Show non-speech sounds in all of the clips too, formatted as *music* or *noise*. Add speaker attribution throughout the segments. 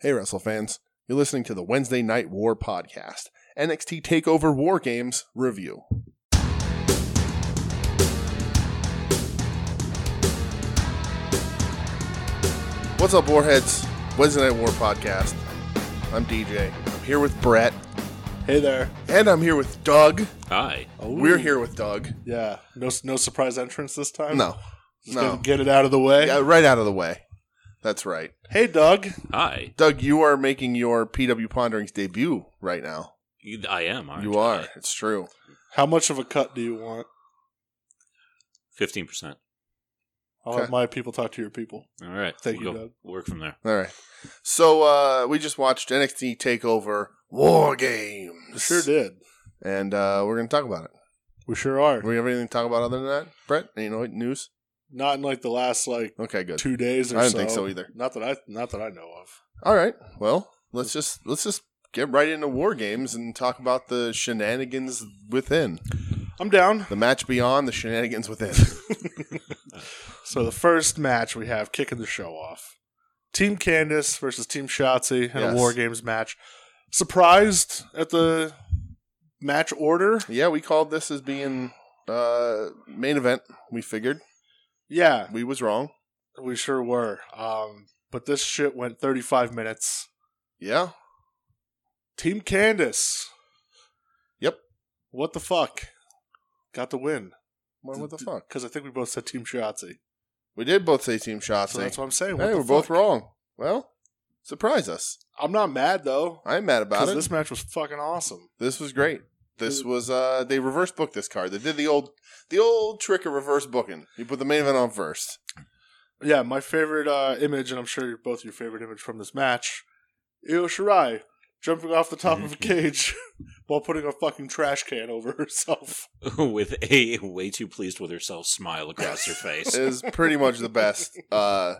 Speaker 1: Hey, Wrestle fans. You're listening to the Wednesday Night War podcast, NXT TakeOver War Games review. What's up, Warheads? Wednesday Night War podcast. I'm DJ. I'm here with Brett,
Speaker 2: Hey there.
Speaker 1: and I'm here with Doug.
Speaker 3: Hi.
Speaker 1: We're here with Doug.
Speaker 2: Yeah. No, no surprise entrance this time.
Speaker 1: No,
Speaker 2: Just
Speaker 1: no.
Speaker 2: gonna Get it out of the way.
Speaker 1: Yeah, right out of the way. That's right.
Speaker 2: Hey, Doug.
Speaker 3: Hi.
Speaker 1: Doug, you are making your PW Ponderings debut right now.
Speaker 3: You- I am. Aren't
Speaker 1: you are. It's true.
Speaker 2: How much of a cut do you want?
Speaker 3: Fifteen percent.
Speaker 2: I'll
Speaker 1: Okay.
Speaker 2: have my people talk to your people.
Speaker 3: All right.
Speaker 2: Thank you,
Speaker 3: go
Speaker 2: Doug.
Speaker 3: Work from there. *laughs*
Speaker 1: All right. So uh, we just watched NXT Takeover War Games.
Speaker 2: We sure did.
Speaker 1: And uh, we're going to talk about it.
Speaker 2: We sure are.
Speaker 1: Do we have anything to talk about other than that, Brett? Any no- news?
Speaker 2: Not in like the last like
Speaker 1: Okay, good.
Speaker 2: two days or
Speaker 1: I
Speaker 2: so.
Speaker 1: don't think so either.
Speaker 2: Not that I not that I know of.
Speaker 1: All right. Well, let's just let's just get right into War Games and talk about the shenanigans within *laughs*
Speaker 2: I'm down.
Speaker 1: the match beyond the shenanigans within. *laughs*
Speaker 2: So the first match we have kicking the show off. Team Candace versus Team Shotzi in
Speaker 1: Yes.
Speaker 2: a War Games match. Surprised at the match order?
Speaker 1: yeah, we called this as being uh, main event. We figured
Speaker 2: Yeah.
Speaker 1: we was wrong.
Speaker 2: We sure were. Um, but this shit went 35 minutes.
Speaker 1: Yeah.
Speaker 2: Team Candace.
Speaker 1: Yep.
Speaker 2: What the fuck? Got the win.
Speaker 1: Well, what the fuck?
Speaker 2: Because I think we both said Team Shotzi.
Speaker 1: We did both say Team Shotzi.
Speaker 2: So that's what I'm saying. What
Speaker 1: Hey,
Speaker 2: the
Speaker 1: we're both
Speaker 2: fuck?
Speaker 1: wrong. Well, surprise us.
Speaker 2: I'm not mad though.
Speaker 1: I'm mad about
Speaker 2: Because
Speaker 1: it.
Speaker 2: this
Speaker 1: This,
Speaker 2: match was fucking awesome.
Speaker 1: was great. This
Speaker 2: This-
Speaker 1: was uh they reverse booked this card. They did the old the old trick of reverse booking. You put the main event on first.
Speaker 2: Yeah, my favorite uh, image, and I'm sure you're both your favorite image from this match, Io Shirai jumping off the top of
Speaker 1: Mm-hmm.
Speaker 2: a cage *laughs* while putting a fucking trash can over herself.
Speaker 3: With a way too pleased with herself smile
Speaker 1: *laughs*
Speaker 3: across her face.
Speaker 1: Is pretty much the *laughs* best uh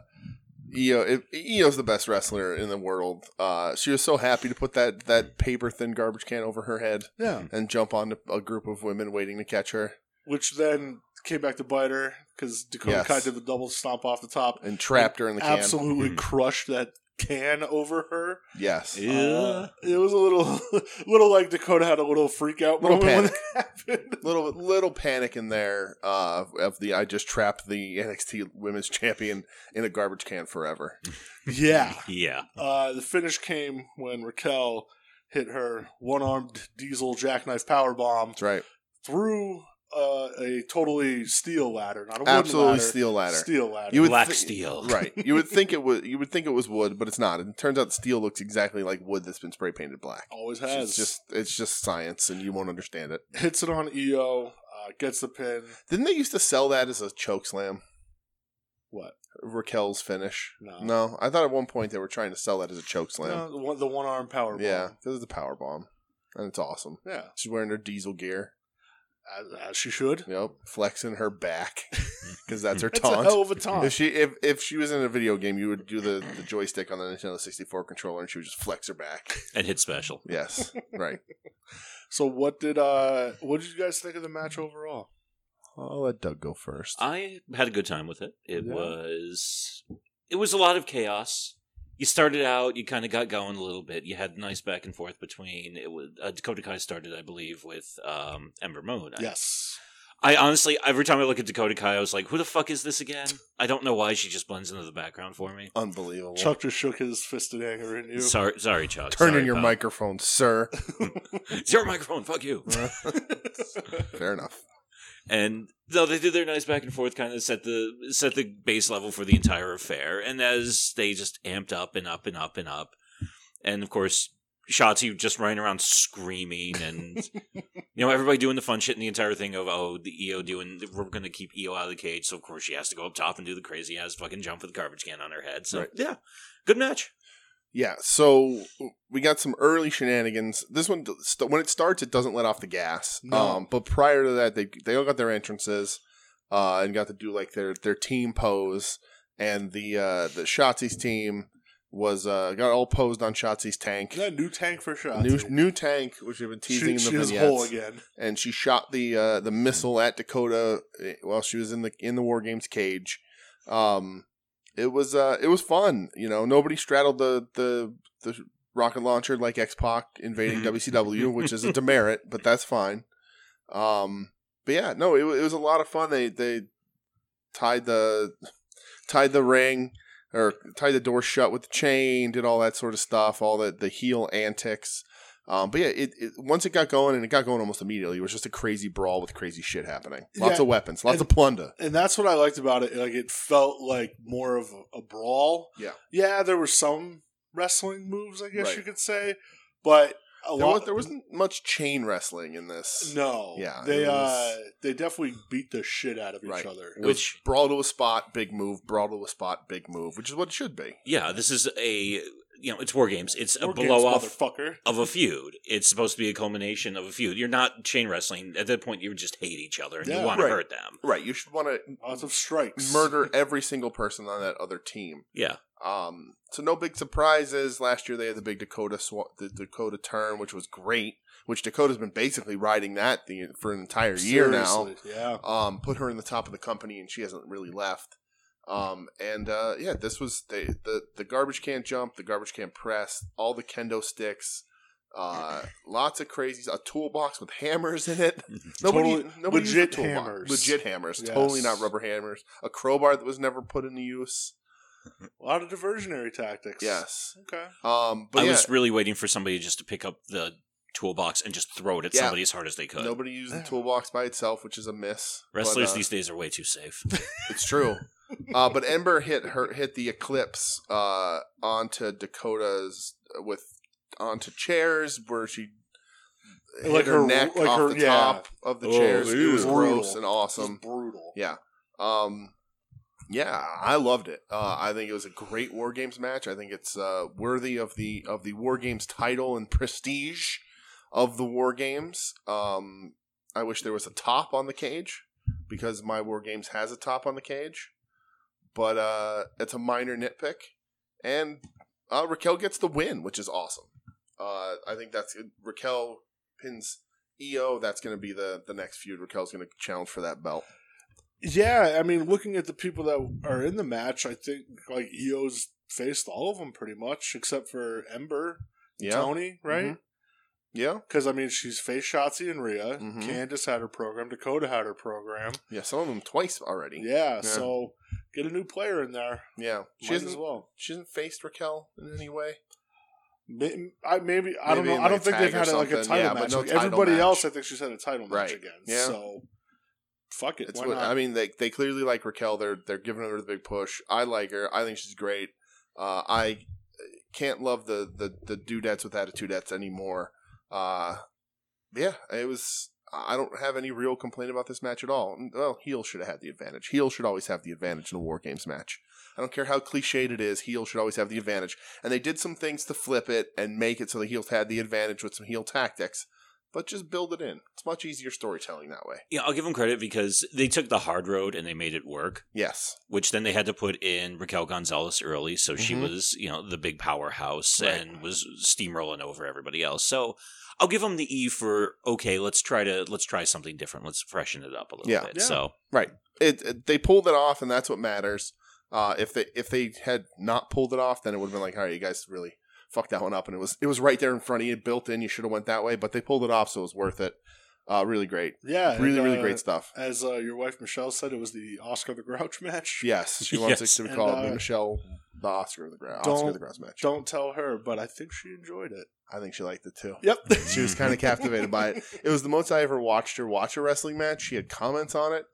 Speaker 1: Io it- Io's the best wrestler in the world. Uh she was so happy to put that that paper thin garbage can over her head
Speaker 2: Yeah.
Speaker 1: and jump onto a group of women waiting to catch her
Speaker 2: Which then came back to bite her because Dakota
Speaker 1: Yes.
Speaker 2: Kai did the double stomp off the top
Speaker 1: and trapped her in the can.
Speaker 2: absolutely
Speaker 3: Mhm.
Speaker 2: crushed that can over her.
Speaker 1: Yes.
Speaker 3: Yeah.
Speaker 2: Uh, it was a little, *laughs* little like Dakota had a little freak out
Speaker 1: Little
Speaker 2: moment when that *laughs* happened.
Speaker 1: little little panic in there uh, of the I just trapped the NXT Women's *laughs* Champion in a garbage can forever.
Speaker 2: Yeah,
Speaker 3: Yeah.
Speaker 2: uh, the finish came when Raquel hit her one-armed Diesel jackknife power bomb
Speaker 1: That's right.
Speaker 2: through uh, a totally steel ladder, not a wooden
Speaker 1: Absolutely
Speaker 2: ladder,
Speaker 1: steel ladder.
Speaker 2: steel ladder.
Speaker 1: You would
Speaker 3: Black
Speaker 1: thi-
Speaker 3: steel.
Speaker 1: Right. You would think it would you would think it was wood, but it's not. It turns out steel looks exactly like wood that's been spray painted black.
Speaker 2: Always has.
Speaker 1: It's just it's just science and you won't understand it.
Speaker 2: hits it on EO, uh, gets the pin.
Speaker 1: Didn't they used to sell that as a choke slam?
Speaker 2: What?
Speaker 1: Raquel's finish.
Speaker 2: No,
Speaker 1: No, I thought at one point they were trying to sell that as a choke slam.
Speaker 2: Uh, No, the one, the one-arm power bomb.
Speaker 1: yeah, because it's a power bomb, and it's awesome.
Speaker 2: yeah,
Speaker 1: She's wearing her diesel gear.
Speaker 2: as, as she should.
Speaker 1: Yep, flexing her
Speaker 2: *laughs*
Speaker 1: back because that's her
Speaker 2: It's a
Speaker 1: taunt.
Speaker 2: hell of a
Speaker 3: Oh.
Speaker 1: If
Speaker 2: taunt.
Speaker 1: she if, if she was in a video game, you would do the, the joystick on the Nintendo 64 controller, and she would just flex her back.
Speaker 3: And hit special. *laughs*
Speaker 1: Yes, right.
Speaker 2: So what did uh what did you guys think of the match overall?
Speaker 1: I'll let Doug go first.
Speaker 3: I had a good time with it. It
Speaker 2: Yeah.
Speaker 3: was it was a lot of chaos. You started out, you kind of got going a little bit. You had nice back and forth between it was uh, Dakota Kai started, I believe, with um, Ember Moon. I-
Speaker 2: Yes.
Speaker 3: I honestly, every time I look at Dakota Kai, I was like, "Who the fuck is this again?" I don't know why she just blends into the background for me.
Speaker 1: Unbelievable.
Speaker 2: Chuck just shook his fist in anger at you. *laughs*
Speaker 3: Sorry, sorry, Chuck.
Speaker 1: Turn
Speaker 3: Sorry,
Speaker 1: in your
Speaker 3: pal.
Speaker 1: microphone, sir.
Speaker 3: It's your microphone. Fuck you.
Speaker 1: *laughs* Fair enough.
Speaker 3: And no, they did their nice back and forth, kind of set the set the base level for the entire affair. And as they just amped up and up and up and up, and of course, Shotzi just running around screaming, and
Speaker 1: *laughs*
Speaker 3: you know everybody doing the fun shit, and the entire thing of oh, the EO doing we're going to keep EO out of the cage, so of course she has to go up top and do the crazy ass fucking jump with the garbage can on her head. So
Speaker 1: Right.
Speaker 3: yeah, good match.
Speaker 1: Yeah, so we got some early shenanigans. This one, st- when it starts, it doesn't let off the gas.
Speaker 2: No.
Speaker 1: Um, but prior to that, they they all got their entrances uh, and got to do like their their team pose. And the uh, the Shotzi's team was uh, got all posed on Shotzi's tank.
Speaker 2: Yeah, new tank for Shotzi. *laughs*
Speaker 1: New new tank, which we've been teasing
Speaker 2: she,
Speaker 1: in
Speaker 2: she
Speaker 1: the
Speaker 2: is whole
Speaker 1: vignettes,
Speaker 2: again.
Speaker 1: and she shot the uh, the missile at Dakota eh, while she was in the in the War Games cage. Um, it was uh, it was fun. You know, nobody straddled the the the rocket launcher like X Pac invading
Speaker 2: *laughs*
Speaker 1: WCW, which is a demerit, but that's fine. Um, but yeah, no, it, wa- it was a lot of fun. They they tied the tied the ring or tied the door shut with the chain, did all that sort of stuff, all the the heel antics. Um, but yeah, it, it once it got going and it got going almost immediately, it was just a crazy brawl with crazy shit happening. Lots
Speaker 2: Yeah,
Speaker 1: of weapons, lots of
Speaker 2: and-
Speaker 1: plunder.
Speaker 2: and that's what I liked about it. Like it felt like more of a, a brawl.
Speaker 1: Yeah.
Speaker 2: yeah, there were some wrestling moves, I guess
Speaker 1: Right.
Speaker 2: you could say, but a
Speaker 1: There,
Speaker 2: lot.
Speaker 1: was, there wasn't much chain wrestling in this.
Speaker 2: no,
Speaker 1: Yeah,
Speaker 2: they
Speaker 1: it was-
Speaker 2: uh, they definitely beat the shit out of each
Speaker 1: Right.
Speaker 2: other.
Speaker 1: It was
Speaker 3: Which-
Speaker 1: brawl to a spot, big move, brawl to a spot, big move, which is what it should be.
Speaker 3: Yeah, this is a you know, it's war games. It's a
Speaker 2: War games,
Speaker 3: blow off
Speaker 2: motherfucker.
Speaker 3: of a feud. It's supposed to be a culmination of a feud. You're not chain wrestling. At that point you just hate each other and
Speaker 2: Yeah.
Speaker 3: you want
Speaker 1: Right.
Speaker 3: to hurt them.
Speaker 1: Right. You should want to
Speaker 2: Lots of strikes,
Speaker 1: murder every single person on that other team.
Speaker 3: Yeah.
Speaker 1: Um, so no big surprises. Last year they had the big Dakota sw- the Dakota turn, which was great. Which Dakota's been basically riding that the, for an entire year now.
Speaker 2: Seriously, Yeah,
Speaker 1: Um, put her in the top of the company, and she hasn't really left. Um, and uh, yeah, this was they, the the garbage can jump, the garbage can press, all the kendo sticks. Uh, lots of crazies. A toolbox with hammers in
Speaker 2: *laughs*
Speaker 1: it. Nobody,
Speaker 2: Totally-
Speaker 1: nobody used
Speaker 2: legit
Speaker 1: the toolbox.
Speaker 2: hammers.
Speaker 1: Legit hammers.
Speaker 2: Yes.
Speaker 1: Totally not rubber hammers. A crowbar that was never put into use.
Speaker 2: a lot of diversionary tactics.
Speaker 1: Yes.
Speaker 2: Okay.
Speaker 1: Um, but
Speaker 3: I
Speaker 1: yeah,
Speaker 3: was really waiting for somebody just to pick up the toolbox and just throw it at
Speaker 1: Yeah.
Speaker 3: somebody as hard as they could.
Speaker 1: nobody used the toolbox by itself, which is a miss. But,
Speaker 3: Wrestlers
Speaker 1: uh,
Speaker 3: these days are way too safe. *laughs*
Speaker 1: It's true. Uh, but Ember hit her hit the eclipse uh, onto Dakota's with onto chairs where she hit
Speaker 2: Like
Speaker 1: her,
Speaker 2: her-
Speaker 1: neck
Speaker 2: like
Speaker 1: off
Speaker 2: her-
Speaker 1: the
Speaker 2: yeah.
Speaker 1: top of the
Speaker 3: Oh,
Speaker 1: chairs. It was gross
Speaker 2: ew. Brutal.
Speaker 1: and
Speaker 2: This is
Speaker 1: awesome.
Speaker 2: brutal.
Speaker 1: Yeah. Um, yeah, I loved it. Uh, I think it was a great War Games match. I think it's uh, worthy of the of the War Games title and prestige of the War Games. Um, I wish there was a top on the cage because my War Games has a top on the cage, but uh, it's a minor nitpick. And uh, Raquel gets the win, which is awesome. Uh, I think that's Raquel pins EO. That's going to be the the next feud. Raquel's going to challenge for that belt.
Speaker 2: Yeah, I mean, looking at the people that are in the match, I think like EO's faced all of them pretty much, except for Ember, Tony, right?
Speaker 1: Yeah.
Speaker 2: Because I mean, she's faced Shotzi and Rhea.
Speaker 1: Mhm.
Speaker 2: Candace had her program. Dakota had her program.
Speaker 1: Yeah. Some of them twice already. Yeah.
Speaker 2: Yeah, so get a new player in there.
Speaker 1: She
Speaker 2: Might as
Speaker 1: hasn't,
Speaker 2: well.
Speaker 1: she hasn't faced Raquel in any way.
Speaker 2: May- I maybe I don't
Speaker 1: Maybe
Speaker 2: know.
Speaker 1: in,
Speaker 2: I don't
Speaker 1: like,
Speaker 2: think
Speaker 1: tag
Speaker 2: they've had
Speaker 1: or
Speaker 2: a, like a
Speaker 1: something.
Speaker 2: title
Speaker 1: Yeah, but
Speaker 2: match.
Speaker 1: no
Speaker 2: Like,
Speaker 1: title
Speaker 2: everybody
Speaker 1: match.
Speaker 2: else, I think she's had a title match
Speaker 1: Right.
Speaker 2: again.
Speaker 1: Yeah.
Speaker 2: So fuck it.
Speaker 1: It's
Speaker 2: why
Speaker 1: what,
Speaker 2: not?
Speaker 1: I mean, they, they clearly like Raquel. They're, they're giving her the big push. I like her. I think she's great. Uh, I can't love the, the, the dudettes with attitudeettes anymore. Uh, yeah, it was. I don't have any real complaint about this match at all. Well, heel should have had the advantage. Heel should always have the advantage in a War Games match. I don't care how cliched it is, heel should always have the advantage. And they did some things to flip it and make it so the heels had the advantage with some heel tactics, but just build it in. It's much easier storytelling that way.
Speaker 3: yeah, I'll give them credit because they took the hard road and they made it work.
Speaker 1: Yes.
Speaker 3: which then they had to put in Raquel Gonzalez early, so she
Speaker 1: Mhm.
Speaker 3: was you know the big powerhouse
Speaker 1: Right.
Speaker 3: and was steamrolling over everybody else. So I'll give them the E for okay. Let's try to let's try something different. Let's freshen it up a little
Speaker 1: Yeah.
Speaker 3: bit.
Speaker 2: Yeah.
Speaker 3: So
Speaker 1: It, it- they pulled it off and that's what matters. Uh, if they if they had not pulled it off, then it would have been like, all right, you guys really fucked that one up and it was it was right there in front of you, built in, you should have went that way, but they pulled it off, so it was worth it. Uh, really great.
Speaker 2: yeah,
Speaker 1: Really,
Speaker 2: and,
Speaker 1: really
Speaker 2: uh,
Speaker 1: great stuff.
Speaker 2: As uh, your wife Michelle said, it was the Oscar the Grouch *laughs* match.
Speaker 1: Yes, she wants
Speaker 3: Yes,
Speaker 1: it to be
Speaker 2: and,
Speaker 1: called
Speaker 2: uh,
Speaker 1: Michelle the Oscar of the Grouse.
Speaker 2: don't-
Speaker 1: Oscar of the Grouse match.
Speaker 2: Don't tell her, but I think she enjoyed it.
Speaker 1: I think she liked it too.
Speaker 2: Yep. *laughs*
Speaker 1: She was kind of captivated by it. It was the most I ever watched her watch a wrestling match. She had comments on it,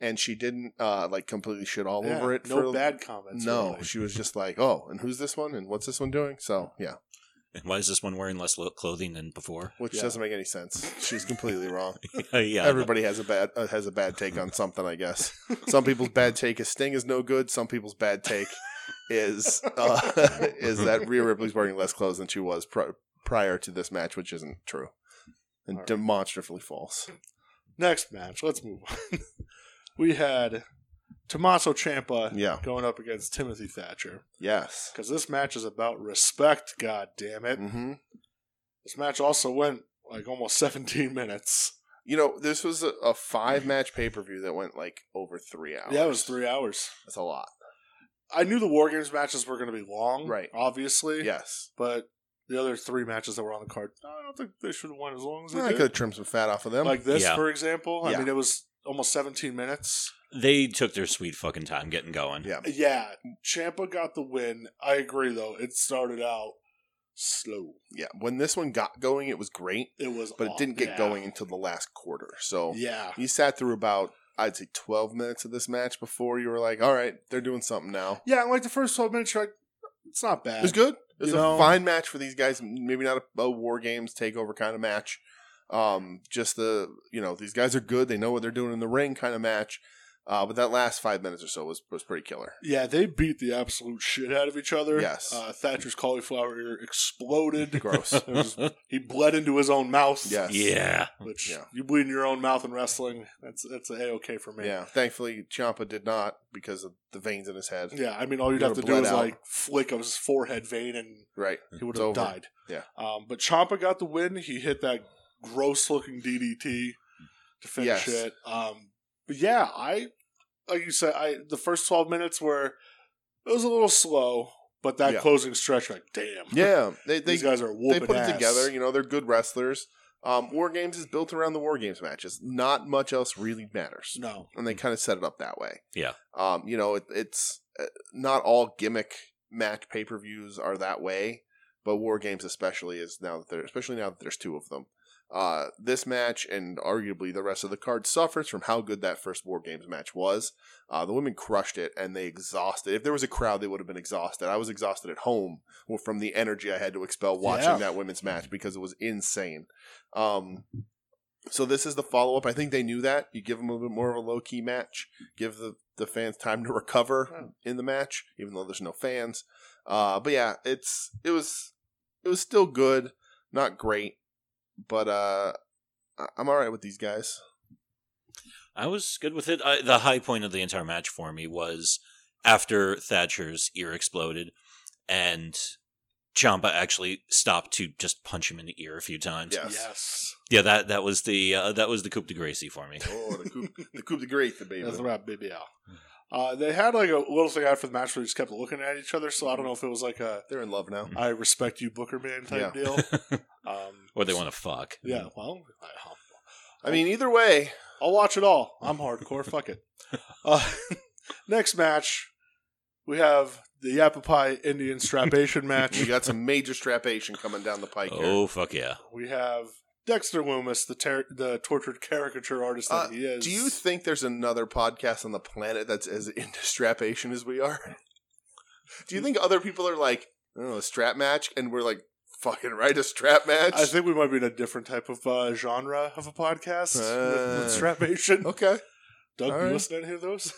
Speaker 1: and she didn't uh, like completely shit all
Speaker 2: Yeah,
Speaker 1: over it.
Speaker 2: No
Speaker 1: for,
Speaker 2: bad comments.
Speaker 1: No,
Speaker 2: really.
Speaker 1: she was just like, "Oh, and who's this one? And what's this one doing?" So yeah,
Speaker 3: why is this one wearing less lo- clothing than
Speaker 1: *laughs*
Speaker 3: before? *laughs*
Speaker 1: which
Speaker 2: Yeah.
Speaker 1: doesn't make any sense. She's completely wrong.
Speaker 2: *laughs*
Speaker 3: yeah,
Speaker 1: Everybody has a bad uh, has a bad take on something, I guess. Some people's bad take is Sting is no good. Some people's bad take is uh, *laughs* is that Rhea Ripley's wearing less clothes than she was pri prior to this match, which isn't true and
Speaker 2: All right.
Speaker 1: demonstrably
Speaker 2: *laughs*
Speaker 1: false.
Speaker 2: Next match. Let's move on. *laughs* we had Tommaso Ciampa
Speaker 1: Yeah.
Speaker 2: going up against Timothy Thatcher
Speaker 1: Yes.
Speaker 2: because this match is about respect. God damn it!
Speaker 1: hmm
Speaker 2: This match also went like almost *laughs* 17 minutes.
Speaker 1: You know, this was a, a five match pay per view that went like over three hours.
Speaker 2: Yeah, it was three hours.
Speaker 1: That's a lot.
Speaker 2: I knew the War Games matches were going to be long,
Speaker 1: Right.
Speaker 2: Obviously,
Speaker 1: Yes.
Speaker 2: But the other three matches that were on the card, I don't think they should have won as long as they
Speaker 1: I could
Speaker 2: did.
Speaker 1: have trimmed some fat off of them.
Speaker 2: Like this,
Speaker 3: Yeah.
Speaker 2: for example. I
Speaker 1: Yeah.
Speaker 2: mean, it was almost 17 minutes.
Speaker 3: They took their sweet fucking time getting going.
Speaker 1: yeah.
Speaker 2: Yeah, Champa got the win. I agree, though. It started out slow.
Speaker 1: Yeah. When this one got going, it was great,
Speaker 2: It was,
Speaker 1: but
Speaker 2: aw-
Speaker 1: it didn't get
Speaker 2: Oh, yeah.
Speaker 1: going until the last quarter. So
Speaker 2: Yeah,
Speaker 1: you sat through about, I'd say, 12 minutes of this match before you were like, all right, they're doing something now.
Speaker 2: yeah. Like the first 12 minutes, you're like, it's not bad.
Speaker 1: It was good. It was
Speaker 2: You
Speaker 1: a
Speaker 2: know-
Speaker 1: fine match for these guys. Maybe not a, a war games takeover kind of match. Um, just the you know these guys are good. They know what they're doing in the ring kind of match. Uh, but that last five minutes or so was was pretty killer.
Speaker 2: Yeah, they beat the absolute shit out of each other.
Speaker 1: Yes.
Speaker 2: Uh, Thatcher's cauliflower ear exploded.
Speaker 1: Gross.
Speaker 2: It was- he bled into his own mouth.
Speaker 1: *laughs* Yes.
Speaker 3: Yeah.
Speaker 2: Which
Speaker 1: Yeah.
Speaker 2: you bleed in your own mouth in wrestling. That's that's a okay for me.
Speaker 1: Yeah. Thankfully, Ciampa did not because of the veins in his head.
Speaker 2: Yeah, I mean, all you'd
Speaker 1: You
Speaker 2: have to
Speaker 1: would've
Speaker 2: do
Speaker 1: bled
Speaker 2: is
Speaker 1: out.
Speaker 2: like flick of his forehead vein, and
Speaker 1: Right.
Speaker 2: he would
Speaker 1: It's
Speaker 2: have
Speaker 1: over.
Speaker 2: died.
Speaker 1: Yeah.
Speaker 2: Um, but Champa got the win. He hit that gross-looking DDT to finish
Speaker 1: Yes.
Speaker 2: it. Um, but yeah, I like you said, I the first twelve minutes were it was a little slow, but that
Speaker 1: Yeah.
Speaker 2: closing stretch, like damn,
Speaker 1: Yeah. They they
Speaker 2: these guys are
Speaker 1: they
Speaker 2: whooping
Speaker 1: put
Speaker 2: ass.
Speaker 1: it together. You know they're good wrestlers. Um, war games is built around the war games matches. Not much else really matters.
Speaker 2: No,
Speaker 1: and they kind of set it up that way.
Speaker 3: Yeah.
Speaker 1: Um, you know, it, it's uh, not all gimmick match pay per views are that way, but War Games especially is now that there, especially now that there's two of them. Uh, this match and arguably the rest of the card suffers from how good that first War Games match was. Uh, the women crushed it and they exhausted. If there was a crowd, they would have been exhausted. I was exhausted at home well, from the energy I had to expel watching
Speaker 2: Yeah.
Speaker 1: that women's match because it was insane. Um, so this is the follow up. I think they knew that. You give them a little bit more of a low key match, give the, the fans time to recover in the match, even though there's no fans. Uh, but yeah, it's it was it was still good, not great, but uh, I- I'm all right with these guys.
Speaker 3: I was good with it. I, the high point of the entire match for me was after Thatcher's ear exploded and Champa actually stopped to just punch him in the ear a few times.
Speaker 1: Yes.
Speaker 2: yes,
Speaker 3: Yeah, that that was the uh, that was the coup de grace for me.
Speaker 1: Oh, the *laughs* coup, the coup de grace, the baby.
Speaker 2: That's right, baby. Al.
Speaker 1: Hmm.
Speaker 2: Uh, they had like a little thing after the match where they just kept looking at each other. So I don't know if it was like a
Speaker 1: They're in love now.
Speaker 2: I respect you, Booker Man
Speaker 1: *laughs*
Speaker 2: type deal. Um,
Speaker 3: or they want to fuck.
Speaker 2: Yeah, well, I-
Speaker 1: I mean, either way,
Speaker 2: I'll watch it all. I'm hardcore. fuck it. Uh, *laughs* next match, we have the Yappa Pie Indian strapation
Speaker 1: we *laughs*
Speaker 2: match.
Speaker 1: got some major strapation coming down the pike. here.
Speaker 3: Oh fuck yeah!
Speaker 2: We have Dexter Loomis, the ter- the tortured caricature artist that
Speaker 1: Uh,
Speaker 2: he is.
Speaker 1: Do you think there's another podcast on the planet that's as into strapation as we are? Do you think other people are like, oh, a strap match, and we're like, fucking right, a strap match?
Speaker 2: I think we might be in a different type of uh, genre of a podcast with, with
Speaker 1: Uh.
Speaker 2: strapation.
Speaker 1: okay,
Speaker 2: Doug,
Speaker 1: all
Speaker 2: you
Speaker 1: right.
Speaker 2: listening to any of those?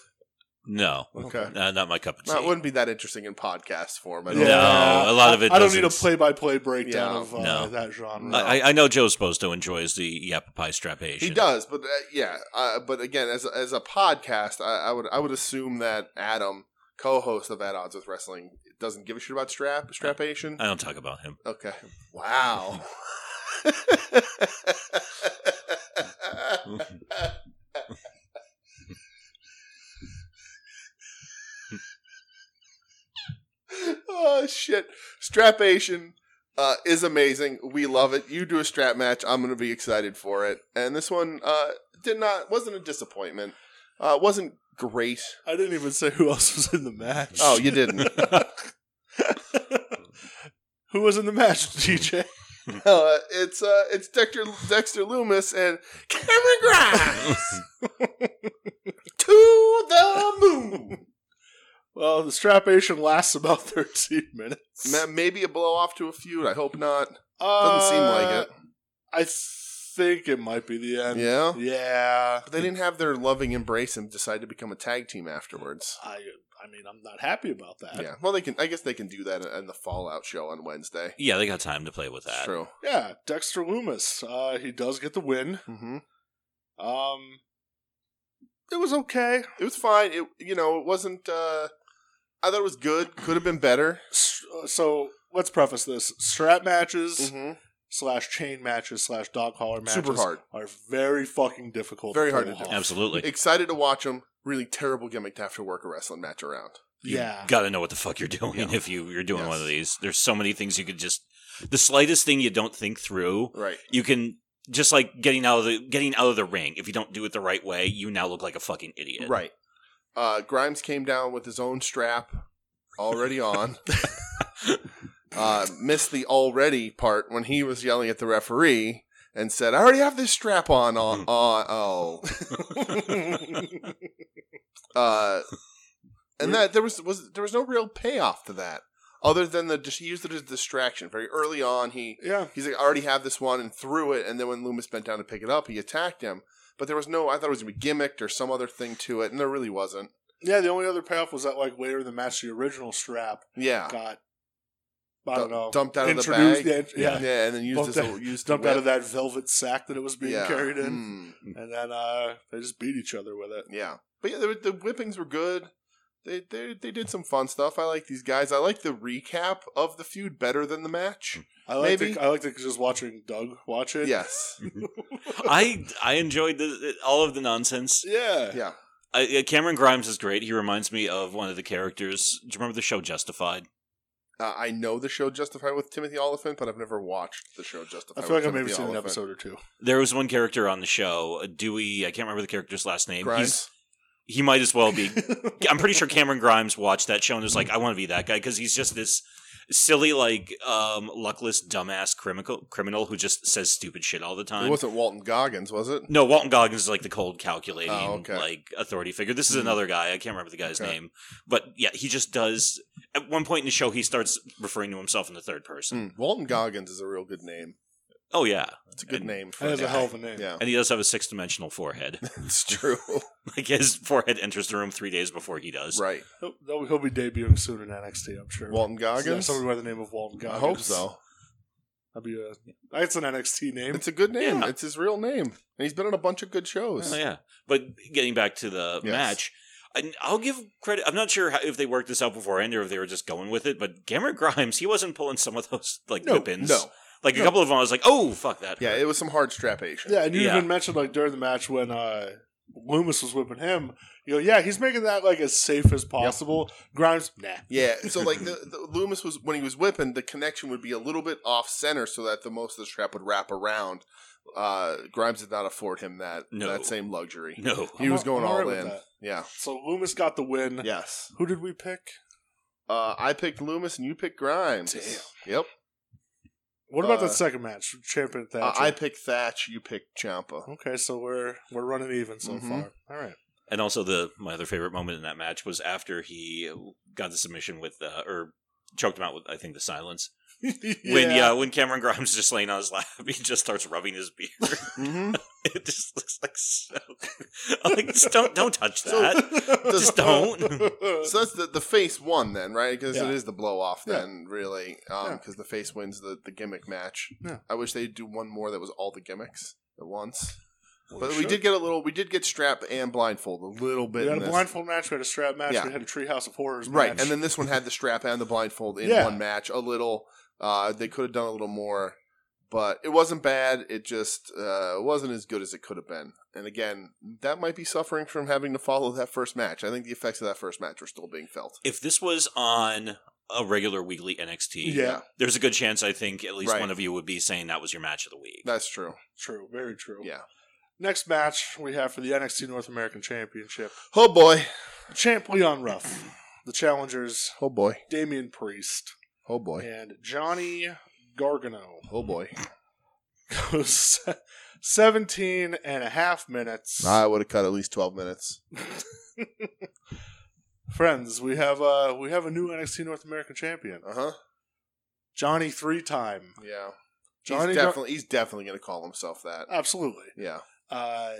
Speaker 3: No,
Speaker 1: okay.
Speaker 3: uh, not my cup of tea.
Speaker 1: Well, it wouldn't be that interesting in podcast form. I don't
Speaker 3: Yeah.
Speaker 1: know.
Speaker 3: No, a lot of it
Speaker 2: I, I don't need a
Speaker 3: doesn't-
Speaker 2: play-by-play breakdown
Speaker 1: Yeah,
Speaker 2: of uh,
Speaker 3: no.
Speaker 2: that genre.
Speaker 1: No.
Speaker 3: I, I know Joe Sposto enjoys the Yappa Pie strapation.
Speaker 1: He does, but uh, yeah, uh, but again, as as a podcast, I, I would I would assume that Adam, co-host of At Odds with Wrestling, doesn't give a shit about strap strapation.
Speaker 3: I don't talk about him.
Speaker 1: Okay. *laughs* Wow. oh shit. Strapation uh, is amazing. We love it. You do a strap match, I'm going to be excited for it. And this one uh, did not wasn't a disappointment. Uh, wasn't great.
Speaker 2: I didn't even say who else was in the match.
Speaker 1: Oh, you didn't.
Speaker 2: *laughs* who was in the match,
Speaker 1: *laughs*
Speaker 2: DJ?
Speaker 1: *laughs* Uh, it's uh, it's Dexter Dexter Loomis and Cameron Grimes to the moon.
Speaker 2: Well, the strapation lasts about *laughs* 13 minutes.
Speaker 1: Ma- Maybe a blow off to a feud. I hope not.
Speaker 2: Uh,
Speaker 1: Doesn't seem like
Speaker 2: I think it might be the
Speaker 1: it.
Speaker 2: end.
Speaker 1: Yeah,
Speaker 2: Yeah.
Speaker 1: but they didn't have their loving embrace and decide to become a tag team afterwards.
Speaker 2: I, I mean, I'm not happy about that.
Speaker 1: Yeah, well, they can. I guess they can do that in the Fallout show on Wednesday.
Speaker 3: *laughs* Yeah, they got time to play with
Speaker 1: It's
Speaker 3: that.
Speaker 1: true.
Speaker 2: Yeah, Dexter Loomis. Uh, he does get the win.
Speaker 1: hmm
Speaker 2: Um, it was okay.
Speaker 1: It was fine. It you know it wasn't. Uh, I thought it was good. Could have been better.
Speaker 2: S- uh, So let's preface this: strap matches
Speaker 1: hmm
Speaker 2: slash chain matches slash dog collar matches
Speaker 1: Super hard.
Speaker 2: are very fucking difficult.
Speaker 1: Very hard
Speaker 2: pull
Speaker 1: to do.
Speaker 2: off.
Speaker 3: Absolutely.
Speaker 1: Excited to watch them. Really terrible gimmick to have to work a wrestling match around.
Speaker 3: You
Speaker 2: Yeah.
Speaker 3: gotta know what the fuck you're doing
Speaker 1: Yeah.
Speaker 3: if you, you're doing one of
Speaker 1: Yes.
Speaker 3: these. There's so many things you could just the slightest thing you don't think through,
Speaker 1: Right.
Speaker 3: you can just like getting out of the getting out of the ring, if you don't do it the right way, you now look like a fucking idiot.
Speaker 1: Right. Uh, Grimes came down with his own strap already on. uh, missed the already part when he was yelling at the referee and said, I already have this strap on. on, on oh. Uh, and that there was, was there was no real payoff to that other than the just he used it as a distraction very early on he
Speaker 2: yeah.
Speaker 1: he's like I already have this one and threw it and then when Loomis bent down to pick it up he attacked him but there was no I thought it was gonna be gimmicked or some other thing to it and there really wasn't
Speaker 2: Yeah, the only other payoff was that like later in the match the original strap
Speaker 1: yeah
Speaker 2: got I don't
Speaker 1: Du-
Speaker 2: know
Speaker 1: dumped out of the
Speaker 2: introduced
Speaker 1: bag
Speaker 2: the- yeah,
Speaker 1: yeah and then used
Speaker 2: Bumped
Speaker 1: his little-
Speaker 2: out-
Speaker 1: used the
Speaker 2: dumped out of
Speaker 1: whip.
Speaker 2: that velvet sack that it was *laughs* being
Speaker 1: Yeah.
Speaker 2: carried in.
Speaker 1: Mm.
Speaker 2: And then uh they just beat each other with it.
Speaker 1: Yeah, but yeah, the, the whippings were good. They they they did some fun stuff. I like these guys. I like the recap of the feud better than the match.
Speaker 2: I liked
Speaker 1: Maybe.
Speaker 2: it, I liked it just watching Doug watch it. *laughs*
Speaker 1: Yes.
Speaker 3: I I enjoyed the, all of the nonsense.
Speaker 2: Yeah.
Speaker 1: Yeah.
Speaker 3: I, uh, Cameron Grimes is great. He reminds me of one of the characters. Do you remember the show Justified?
Speaker 1: Uh, I know the show Justified with Timothy Oliphant, but I've never watched the show
Speaker 2: I
Speaker 1: Justified.
Speaker 2: feel like
Speaker 1: with
Speaker 2: I've maybe
Speaker 1: Timothy
Speaker 2: seen an
Speaker 1: Oliphant.
Speaker 2: episode
Speaker 1: *laughs*
Speaker 2: or two.
Speaker 3: There was one character on the show, uh, Dewey. I can't remember the character's last name.
Speaker 1: Grimes.
Speaker 3: He's he might as well be. I'm pretty sure Cameron Grimes watched that show and was like,
Speaker 1: Mm-hmm.
Speaker 3: "I want to be that guy" because he's just this silly, like, um, luckless, dumbass criminal criminal who just says stupid shit all the time.
Speaker 1: It wasn't Walton Goggins, was it?
Speaker 3: No, Walton Goggins is like the cold, calculating,
Speaker 1: Oh, okay.
Speaker 3: like authority figure. This is
Speaker 1: Hmm.
Speaker 3: another guy. I can't remember the guy's
Speaker 1: Okay.
Speaker 3: name, but yeah, he just does. At one point in the show, he starts referring to himself in the third person.
Speaker 1: Mm. Walton Goggins is a real good name.
Speaker 3: Oh yeah,
Speaker 1: It's a good
Speaker 3: And-
Speaker 1: name for
Speaker 2: That is a
Speaker 1: guy.
Speaker 2: hell of a name.
Speaker 1: *laughs* Yeah,
Speaker 3: and he does have a six dimensional forehead. *laughs*
Speaker 1: it's
Speaker 2: *laughs*
Speaker 1: true.
Speaker 3: like his forehead enters the room three days before he does.
Speaker 1: right.
Speaker 2: He'll, they'll- he'll be debuting soon in NXT, I'm sure.
Speaker 1: Walton
Speaker 2: Yeah,
Speaker 1: Goggins.
Speaker 2: somebody by the name of Walton
Speaker 1: I
Speaker 2: Goggins.
Speaker 1: hope so.
Speaker 2: That'd be a, that's an NXT name.
Speaker 1: It's a good name.
Speaker 3: Yeah.
Speaker 1: It's his real name, and he's been on a bunch of good shows.
Speaker 3: Oh, yeah, but getting back to the
Speaker 1: Yes.
Speaker 3: match. and I'll give credit. I'm not sure how, if they worked this out beforehand or if they were just going with it, but Cameron Grimes, he wasn't pulling some of those like
Speaker 1: No,
Speaker 3: whip-ins.
Speaker 1: no.
Speaker 3: like
Speaker 1: No.
Speaker 3: a couple of them, I was like, "Oh, fuck that!"
Speaker 1: Yeah, it was some hard strapation.
Speaker 2: Yeah, and you
Speaker 3: Yeah.
Speaker 2: even mentioned like during the match when uh Loomis was whipping him, you go, yeah, he's making that like as safe as possible. Grimes, nah.
Speaker 1: Yeah, so like the, the Loomis was when he was whipping, the connection would be a little bit off center, so that the most of the strap would wrap around. Uh, Grimes did not afford him that
Speaker 3: No.
Speaker 1: that same luxury.
Speaker 3: no.
Speaker 1: He was
Speaker 2: I'm
Speaker 1: going
Speaker 2: all
Speaker 1: all
Speaker 2: right with
Speaker 1: in.
Speaker 2: that. *laughs*
Speaker 1: Yeah.
Speaker 2: So Loomis got the win.
Speaker 1: Yes.
Speaker 2: Who did we pick?
Speaker 1: Uh, I picked Loomis and you picked Grimes.
Speaker 2: Damn.
Speaker 1: Yep.
Speaker 2: What about
Speaker 1: Uh,
Speaker 2: that second match? Champion Thatcher.
Speaker 1: Uh, I picked Thatch. You picked Champa.
Speaker 2: okay, so we're we're running even so
Speaker 1: Mhm.
Speaker 2: far. All right. *laughs*
Speaker 3: And also the my other favorite moment in that match was after he got the submission with uh, or choked him out with I think the silence. When yeah, when Cameron Grimes is just laying on his lap, *laughs* he just starts rubbing his beard. *laughs*
Speaker 2: *laughs*
Speaker 1: Mm-hmm.
Speaker 3: it just looks like so. *laughs* I'm like just don't don't touch
Speaker 1: So- *laughs*
Speaker 3: that.
Speaker 2: *laughs*
Speaker 3: just don't.
Speaker 1: So that's the the face won then, right? Because
Speaker 2: Yeah.
Speaker 1: it is the blow off
Speaker 2: Yeah.
Speaker 1: then, really. Because
Speaker 2: Yeah.
Speaker 1: the face wins the the gimmick match.
Speaker 2: Yeah.
Speaker 1: I wish they'd do one more that was all the gimmicks at once.
Speaker 2: Well,
Speaker 1: But we
Speaker 2: sure.
Speaker 1: did get a little. We did get strap and blindfold a little bit.
Speaker 2: We had
Speaker 1: in
Speaker 2: a
Speaker 1: this.
Speaker 2: blindfold match. We had a strap match.
Speaker 1: Yeah.
Speaker 2: We had a Treehouse of Horrors
Speaker 1: right?
Speaker 2: match.
Speaker 1: And then this one had the strap and the blindfold in
Speaker 2: Yeah.
Speaker 1: one match. A little. Uh, they could have done a little more, but it wasn't bad. It just uh, wasn't as good as it could have been. And again, that might be suffering from having to follow that first match. I think the effects of that first match are still being felt.
Speaker 3: If this was on a regular weekly NXT,
Speaker 2: Yeah.
Speaker 3: there's a good chance I think at least
Speaker 1: Right.
Speaker 3: one of you would be saying that was your match of the week.
Speaker 1: that's true.
Speaker 2: True, very true.
Speaker 1: Yeah.
Speaker 2: Next match we have for the NXT North American Championship.
Speaker 1: Oh boy.
Speaker 2: Champ Leon Ruff. The challengers
Speaker 1: Oh boy.
Speaker 2: Damian Priest
Speaker 1: Oh boy.
Speaker 2: and Johnny Gargano. *laughs*
Speaker 1: Oh boy.
Speaker 2: Goes 17 and a half minutes.
Speaker 1: I would have cut at least twelve minutes.
Speaker 2: Friends, we have uh we have a new NXT North American champion.
Speaker 1: Uh huh.
Speaker 2: Johnny three time.
Speaker 1: Yeah.
Speaker 2: Johnny
Speaker 1: he's
Speaker 2: Gar-
Speaker 1: definitely he's definitely gonna call himself that.
Speaker 2: Absolutely.
Speaker 1: Yeah.
Speaker 2: Uh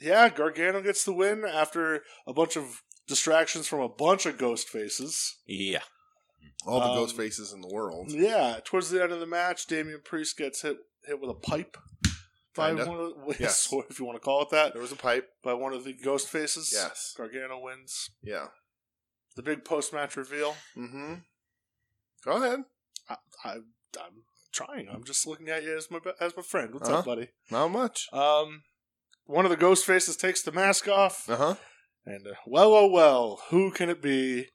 Speaker 2: yeah, Gargano gets the win after a bunch of distractions from a bunch of ghost faces.
Speaker 3: Yeah.
Speaker 1: All the
Speaker 2: Um,
Speaker 1: ghost faces in the world.
Speaker 2: Yeah, towards the end of the match, Damian Priest gets hit hit with a pipe by
Speaker 1: Kinda.
Speaker 2: one of the, *laughs*
Speaker 1: Yes.
Speaker 2: if you want to call it that,
Speaker 1: There was a pipe.
Speaker 2: by one of the ghost faces.
Speaker 1: Yes.
Speaker 2: Gargano wins.
Speaker 1: Yeah.
Speaker 2: The big post match reveal.
Speaker 1: Mm-hmm. Go ahead.
Speaker 2: I'm trying. I'm just looking at you as my be- as my friend. What's up,
Speaker 1: Uh-huh.
Speaker 2: buddy?
Speaker 1: Not much.
Speaker 2: Um, one of the ghost faces takes the mask off,
Speaker 1: Uh huh.
Speaker 2: and uh, well, oh well, who can it be?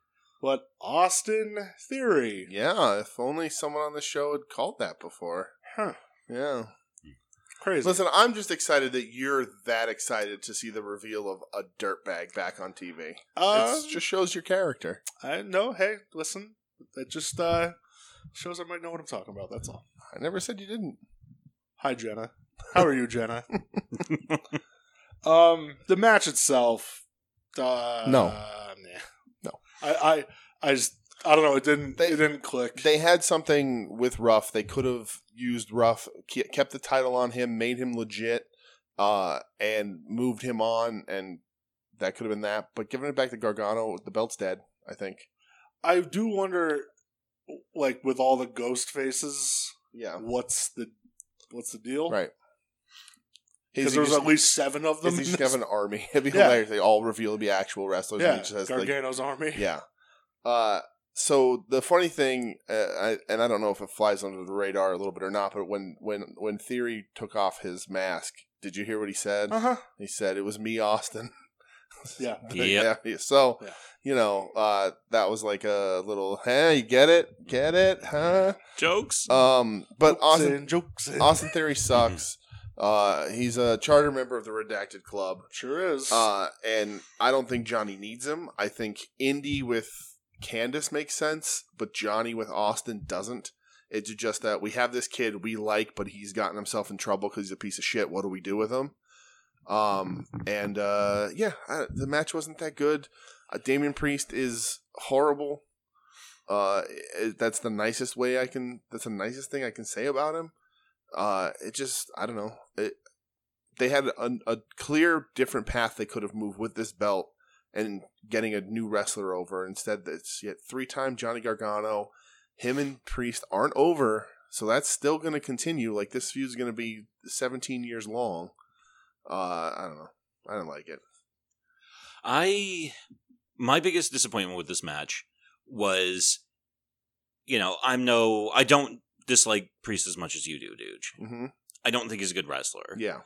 Speaker 2: but Austin Theory.
Speaker 1: Yeah, if only someone on the show had called that before.
Speaker 2: Huh.
Speaker 1: Yeah.
Speaker 2: Crazy.
Speaker 1: Listen, I'm just excited that you're that excited to see the reveal of a dirtbag back on TV.
Speaker 2: uh,
Speaker 1: it just shows your character.
Speaker 2: I no. Hey, listen. That just uh, shows I might know what I'm talking about. That's all.
Speaker 1: I never said you didn't.
Speaker 2: Hi, Jenna. How are
Speaker 1: *laughs*
Speaker 2: you, Jenna? um, the match itself. Uh,
Speaker 1: No.
Speaker 2: nah.
Speaker 1: No.
Speaker 2: I, I, I just, I don't know. It didn't.
Speaker 1: They-
Speaker 2: it didn't click.
Speaker 1: They had something with Ruff. They could have used Ruff, ke- kept the title on him, made him legit, uh, and moved him on, and that could have been that. But giving it back to Gargano, the belt's dead. I think.
Speaker 2: I do wonder, like with all the ghost faces,
Speaker 1: Yeah.
Speaker 2: what's the, what's the deal?
Speaker 1: Right.
Speaker 2: Because
Speaker 1: Is
Speaker 2: there's
Speaker 1: he just,
Speaker 2: at least seven of them.
Speaker 1: is he
Speaker 2: in
Speaker 1: just
Speaker 2: this-
Speaker 1: have an army? *laughs* It'd be
Speaker 2: Yeah.
Speaker 1: hilarious. They all reveal to be actual wrestlers. and
Speaker 2: yeah,
Speaker 1: he just has, like,
Speaker 2: Gargano's army.
Speaker 1: Yeah. Uh, so the funny thing, uh, I, and I don't know if it flies under the radar a little bit or not, but when when when Theory took off his mask, did you hear what he said?
Speaker 2: Uh huh.
Speaker 1: He said it was me, Austin. *laughs*
Speaker 2: Yeah.
Speaker 3: Yep.
Speaker 1: Yeah. So
Speaker 2: Yeah.
Speaker 1: you know uh, that was like a little, hey, you get it, get it, huh?
Speaker 3: Jokes.
Speaker 1: Um, but
Speaker 2: Jokes
Speaker 1: Austin
Speaker 2: in, jokes. in.
Speaker 1: Austin Theory sucks. Uh, he's a charter member of the Redacted Club.
Speaker 2: sure is.
Speaker 1: Uh, and I don't think Johnny needs him. I think Indy with Candace makes sense, but Johnny with Austin doesn't. It's just that we have this kid we like, but he's gotten himself in trouble because he's a piece of shit. What do we do with him? Um, and uh, yeah, I, the match wasn't that good. Uh, Damian Priest is horrible. Uh, it- that's the nicest way I can. That's the nicest thing I can say about him. Uh, it just I don't know. It, they had a, a clear different path they could have moved with this belt and getting a new wrestler over. Instead, it's yet three time Johnny Gargano. Him and Priest aren't over, so that's still going to continue. Like this feud's going to be 17 years long. Uh, I don't know. I don't like it.
Speaker 3: I my biggest disappointment with this match was, you know, I'm no, I don't dislike Priest as much as you do, dude.
Speaker 1: hmm
Speaker 3: I don't think he's a good wrestler.
Speaker 1: Yeah.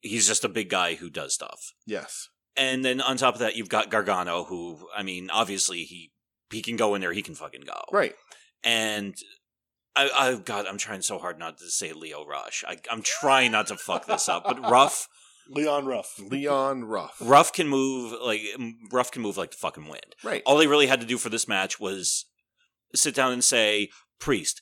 Speaker 3: He's just a big guy who does stuff.
Speaker 1: Yes.
Speaker 3: And then on top of that, you've got Gargano, who I mean, obviously he he can go in there, he can fucking go.
Speaker 1: Right.
Speaker 3: And I, I God, I'm trying so hard not to say Leo Rush. I, I'm trying not to fuck this up,
Speaker 2: *laughs*
Speaker 3: but Ruff
Speaker 2: Leon Ruff.
Speaker 1: Leon Ruff.
Speaker 3: Ruff can move like Ruff can move like the fucking wind.
Speaker 1: Right. Uh,
Speaker 3: all they really had to do for this match was sit down and say, Priest,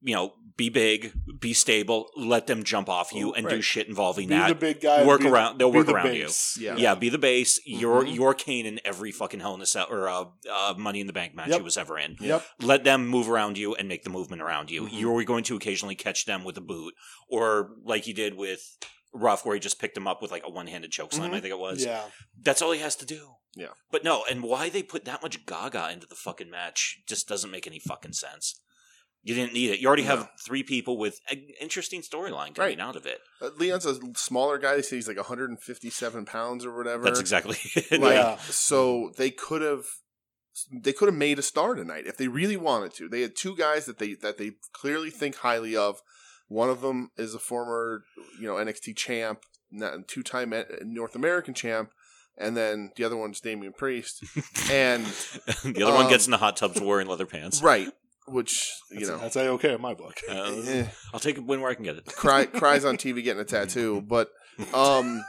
Speaker 3: you know, be big, be stable, let them jump off you and do
Speaker 1: Right.
Speaker 3: shit involving
Speaker 2: Oh, Be the
Speaker 3: that.
Speaker 2: big guy.
Speaker 3: work
Speaker 2: be the-
Speaker 3: around- they'll
Speaker 2: be
Speaker 3: work
Speaker 2: the
Speaker 3: around you.
Speaker 2: base.
Speaker 1: Yeah.
Speaker 3: yeah, be the base. You're
Speaker 1: Mhm.
Speaker 3: you're Kane in every fucking Hell in a Cell or uh, uh, Money in the Bank match
Speaker 2: Yep.
Speaker 3: he was ever in.
Speaker 2: Yep.
Speaker 3: Let them move around you and make the movement around you.
Speaker 1: Mhm.
Speaker 3: You're going to occasionally catch them with a boot, or like he did with Ruff, where he just picked him up with like a one handed choke slam.
Speaker 1: Mhm.
Speaker 3: I think it was.
Speaker 2: Yeah.
Speaker 3: That's all he has to do.
Speaker 1: Yeah.
Speaker 3: But no, and why they put that much gaga into the fucking match just doesn't make any fucking sense. You didn't need it. You already have
Speaker 1: No.
Speaker 3: three people with an interesting storyline coming
Speaker 1: Right.
Speaker 3: out of it.
Speaker 1: Uh, Leon's a smaller guy. They say he's like 157 pounds or whatever.
Speaker 3: That's exactly *laughs*
Speaker 2: *laughs*
Speaker 3: it.
Speaker 1: Like,
Speaker 2: Yeah.
Speaker 1: so they could have they could have made a star tonight if they really wanted to. They had two guys that they that they clearly think highly of. One of them is a former, you know, NXT champ, two time North American champ, and then the other one's Damian Priest. and
Speaker 3: the other one
Speaker 1: Um,
Speaker 3: gets in the hot tubs wearing leather pants.
Speaker 1: right, which you
Speaker 2: That's-
Speaker 1: know,
Speaker 2: that's a okay in my book.
Speaker 3: Uh,
Speaker 1: eh,
Speaker 3: I'll take it when where I can get it.
Speaker 1: cry, cries on TV getting a tattoo, but um,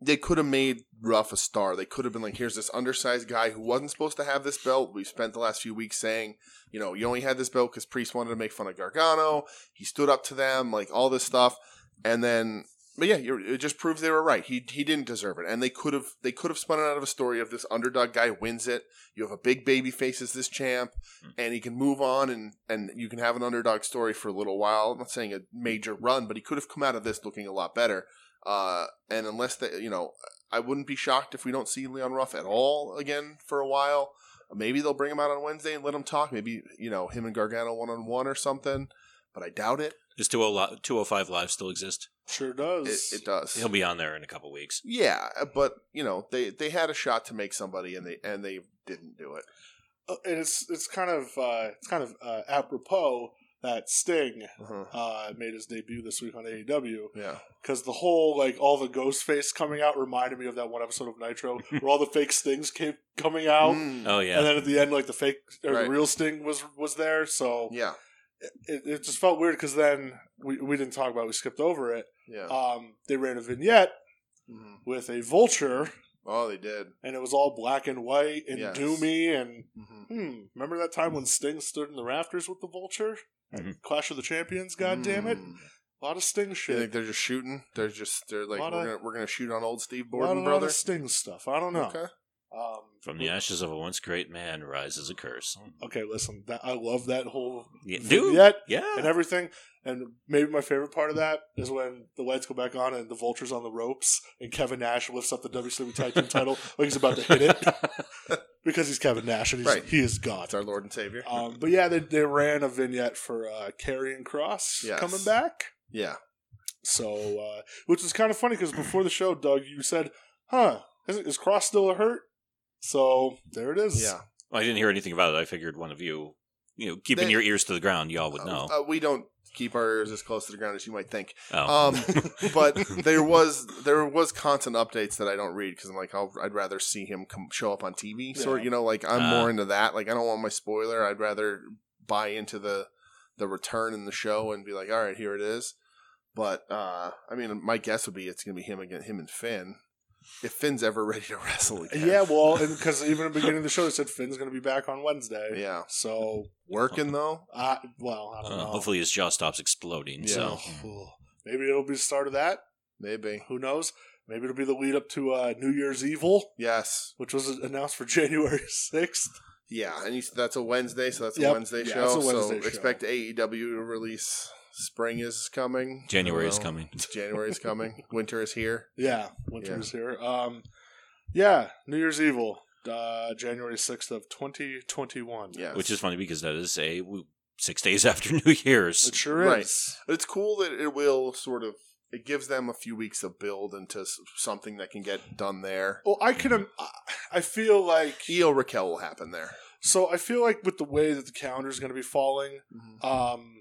Speaker 1: they could have made Ruff a star. They could have been like, here's this undersized guy who wasn't supposed to have this belt. We've spent the last few weeks saying, you know, you only had this belt because Priest wanted to make fun of Gargano. He stood up to them, like all this stuff, and then. But yeah, you're, it just proves they were right. He he didn't deserve it, and they could have they could have spun it out of a story of this underdog guy wins it. You have a big baby face as this champ, and he can move on, and and you can have an underdog story for a little while. I'm not saying a major run, but he could have come out of this looking a lot better. Uh, and unless they, you know, I wouldn't be shocked if we don't see Leon Ruff at all again for a while. Maybe they'll bring him out on Wednesday and let him talk. Maybe you know him and Gargano one on one or something. But I doubt it.
Speaker 3: Does 20 li- 205 Live still exist?
Speaker 2: Sure
Speaker 1: It,
Speaker 2: does.
Speaker 1: it does.
Speaker 3: He'll be on there in a couple weeks.
Speaker 1: yeah, but you know they they had a shot to make somebody and they and they didn't do it.
Speaker 2: Uh, and it's it's kind of uh, it's kind of uh, apropos that Sting
Speaker 1: Uh-huh.
Speaker 2: uh, made his debut this week on AEW
Speaker 1: Yeah.
Speaker 2: because the whole like all the ghost face coming out reminded me of that one episode
Speaker 1: *laughs*
Speaker 2: of Nitro where all the fake Stings came coming out,
Speaker 1: Mm.
Speaker 3: Oh yeah.
Speaker 2: and then at the end like the fake or
Speaker 1: Right.
Speaker 2: the real Sting was was there. So
Speaker 1: Yeah.
Speaker 2: it, it just felt weird because then we we didn't talk about it, we skipped over it.
Speaker 1: Yeah.
Speaker 3: uh,
Speaker 2: Um, they ran a vignette
Speaker 1: Mhm.
Speaker 2: with a vulture,
Speaker 1: Oh, they did.
Speaker 2: and it was all black and white and
Speaker 1: Yes.
Speaker 2: doomy and
Speaker 1: hmm
Speaker 2: Hmm. Remember that time when Sting stood in the rafters with the Vulture?
Speaker 3: Mhm.
Speaker 2: Clash of the Champions. God damn it! A lot of Sting
Speaker 1: Mm. You think
Speaker 2: shit.
Speaker 1: they're just shooting? They're just they're like we're
Speaker 2: Lotta-
Speaker 1: gonna, we're gonna shoot on old Steve
Speaker 2: A lot,
Speaker 1: Borden,
Speaker 2: a lot
Speaker 1: brother.
Speaker 2: of Sting stuff. I don't know.
Speaker 1: Okay.
Speaker 2: Um,
Speaker 3: From the ashes of a once great man rises a curse.
Speaker 2: okay, listen. That, I love that whole
Speaker 3: Yeah, dude.
Speaker 2: vignette and
Speaker 3: Yeah.
Speaker 2: everything. And maybe my favorite part of that is when the lights go back on and the Vulture's on the ropes, and Kevin Nash lifts up the WCW Tag Team title like he's about to
Speaker 1: *laughs*
Speaker 2: hit
Speaker 3: *laughs*
Speaker 2: it because he's Kevin Nash and he's,
Speaker 1: Right.
Speaker 2: he is God.
Speaker 1: It's our Lord and Savior.
Speaker 2: Um, but yeah, they, they ran a vignette for uh, Karrion Cross
Speaker 1: Yes.
Speaker 2: coming back.
Speaker 1: yeah.
Speaker 2: So, uh, which is kind of funny because before the show, Doug, you said, "Huh, is, is Cross still a hurt?" So there it is.
Speaker 1: Yeah.
Speaker 3: Well, I didn't hear anything about it. I figured one of you, you know, keeping
Speaker 1: They-
Speaker 3: your ears to the ground, y'all would know.
Speaker 1: Uh, we don't keep our ears as close to the ground as you might think.
Speaker 3: oh. *laughs*
Speaker 1: Um,
Speaker 2: *laughs*
Speaker 1: but there was there was constant updates that I don't read because I'm like I'll, I'd rather see him come, show up on TV. Sort
Speaker 2: Yeah.
Speaker 1: you know like I'm
Speaker 3: Ah.
Speaker 1: more into that. Like I don't want my spoiler. I'd rather buy into the the return in the show and be like, all right, here it is. But uh, I mean, my guess would be it's gonna be him again, him and Finn. If Finn's ever *laughs* ready to wrestle again,
Speaker 2: yeah.
Speaker 1: *laughs*
Speaker 2: Well, because even at the beginning of the show, they said Finn's going to be back on Wednesday.
Speaker 1: yeah,
Speaker 2: So,
Speaker 1: working though.
Speaker 2: I well, I don't
Speaker 3: Uh,
Speaker 2: know.
Speaker 3: hopefully his jaw stops exploding. So
Speaker 2: Oh, maybe it'll be the start of that.
Speaker 1: Maybe.
Speaker 2: Who knows? Maybe it'll be the lead up to uh, New Year's Evil,
Speaker 1: Yes.
Speaker 2: which was announced for *laughs* January sixth.
Speaker 1: Yeah, and you, that's a Wednesday, so that's a
Speaker 2: Yep.
Speaker 1: Wednesday
Speaker 2: Yeah,
Speaker 1: show.
Speaker 2: it's a Wednesday
Speaker 1: so
Speaker 2: show.
Speaker 1: expect AEW to release. Spring is coming.
Speaker 3: January is
Speaker 1: Well,
Speaker 3: coming.
Speaker 1: *laughs* January is coming. Winter is here.
Speaker 2: Yeah, winter's here. Um, yeah, New Year's Evil, uh, January sixth of twenty twenty one.
Speaker 1: Yes.
Speaker 3: Which is funny because that is a w- six days after *laughs* New Year's.
Speaker 2: It sure
Speaker 1: Right.
Speaker 2: is.
Speaker 1: But it's cool that it will sort of it gives them a few weeks of build into s- something that can get done there.
Speaker 2: Well, I can. im- I- I feel like
Speaker 1: Io Raquel will happen there.
Speaker 2: so. I feel like with the way that the calendar is going to be falling, um,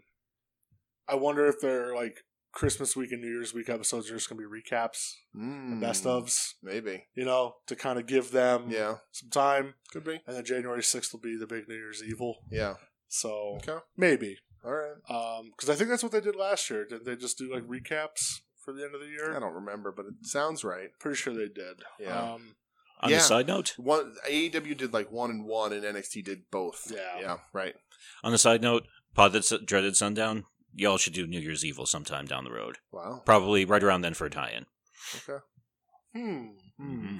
Speaker 2: I wonder if they're like Christmas week and New Year's week episodes are just going to be recaps,
Speaker 1: Mm,
Speaker 2: Mm-hmm. best ofs,
Speaker 1: maybe.
Speaker 2: you know, to kind of give them
Speaker 1: Yeah,
Speaker 2: some time.
Speaker 1: could be.
Speaker 2: And then January sixth will be the big New Year's Evil.
Speaker 1: Yeah.
Speaker 2: So
Speaker 1: Okay.
Speaker 2: maybe
Speaker 1: All right.
Speaker 2: because Um, I think that's what they did last year. Did they just do like recaps for the end of the year?
Speaker 1: I don't remember, but it sounds right.
Speaker 2: Pretty sure they did.
Speaker 1: Yeah.
Speaker 2: Um,
Speaker 3: On
Speaker 1: Yeah.
Speaker 3: a side note,
Speaker 1: One AEW did like one and one, and NXT did both.
Speaker 2: Yeah.
Speaker 1: Yeah. Right.
Speaker 3: on a side note, Pod That's Dreaded Sundown, y'all should do New Year's Evil sometime down the road.
Speaker 1: Wow.
Speaker 3: Probably right around then for a tie-in.
Speaker 2: hmm.
Speaker 3: Mhm.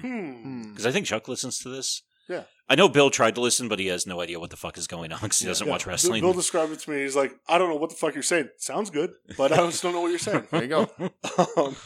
Speaker 2: Hmm.
Speaker 1: Hmm.
Speaker 3: Because I think Chuck listens to this.
Speaker 2: Yeah.
Speaker 3: I know Bill tried to listen, but he has no idea what the fuck is going on because he doesn't
Speaker 2: Yeah.
Speaker 3: watch
Speaker 2: Bill-
Speaker 3: wrestling.
Speaker 2: Bill described it to me. He's like, I don't know what the fuck you're saying. Sounds good, but I just don't know what you're saying.
Speaker 1: There you go.
Speaker 2: um,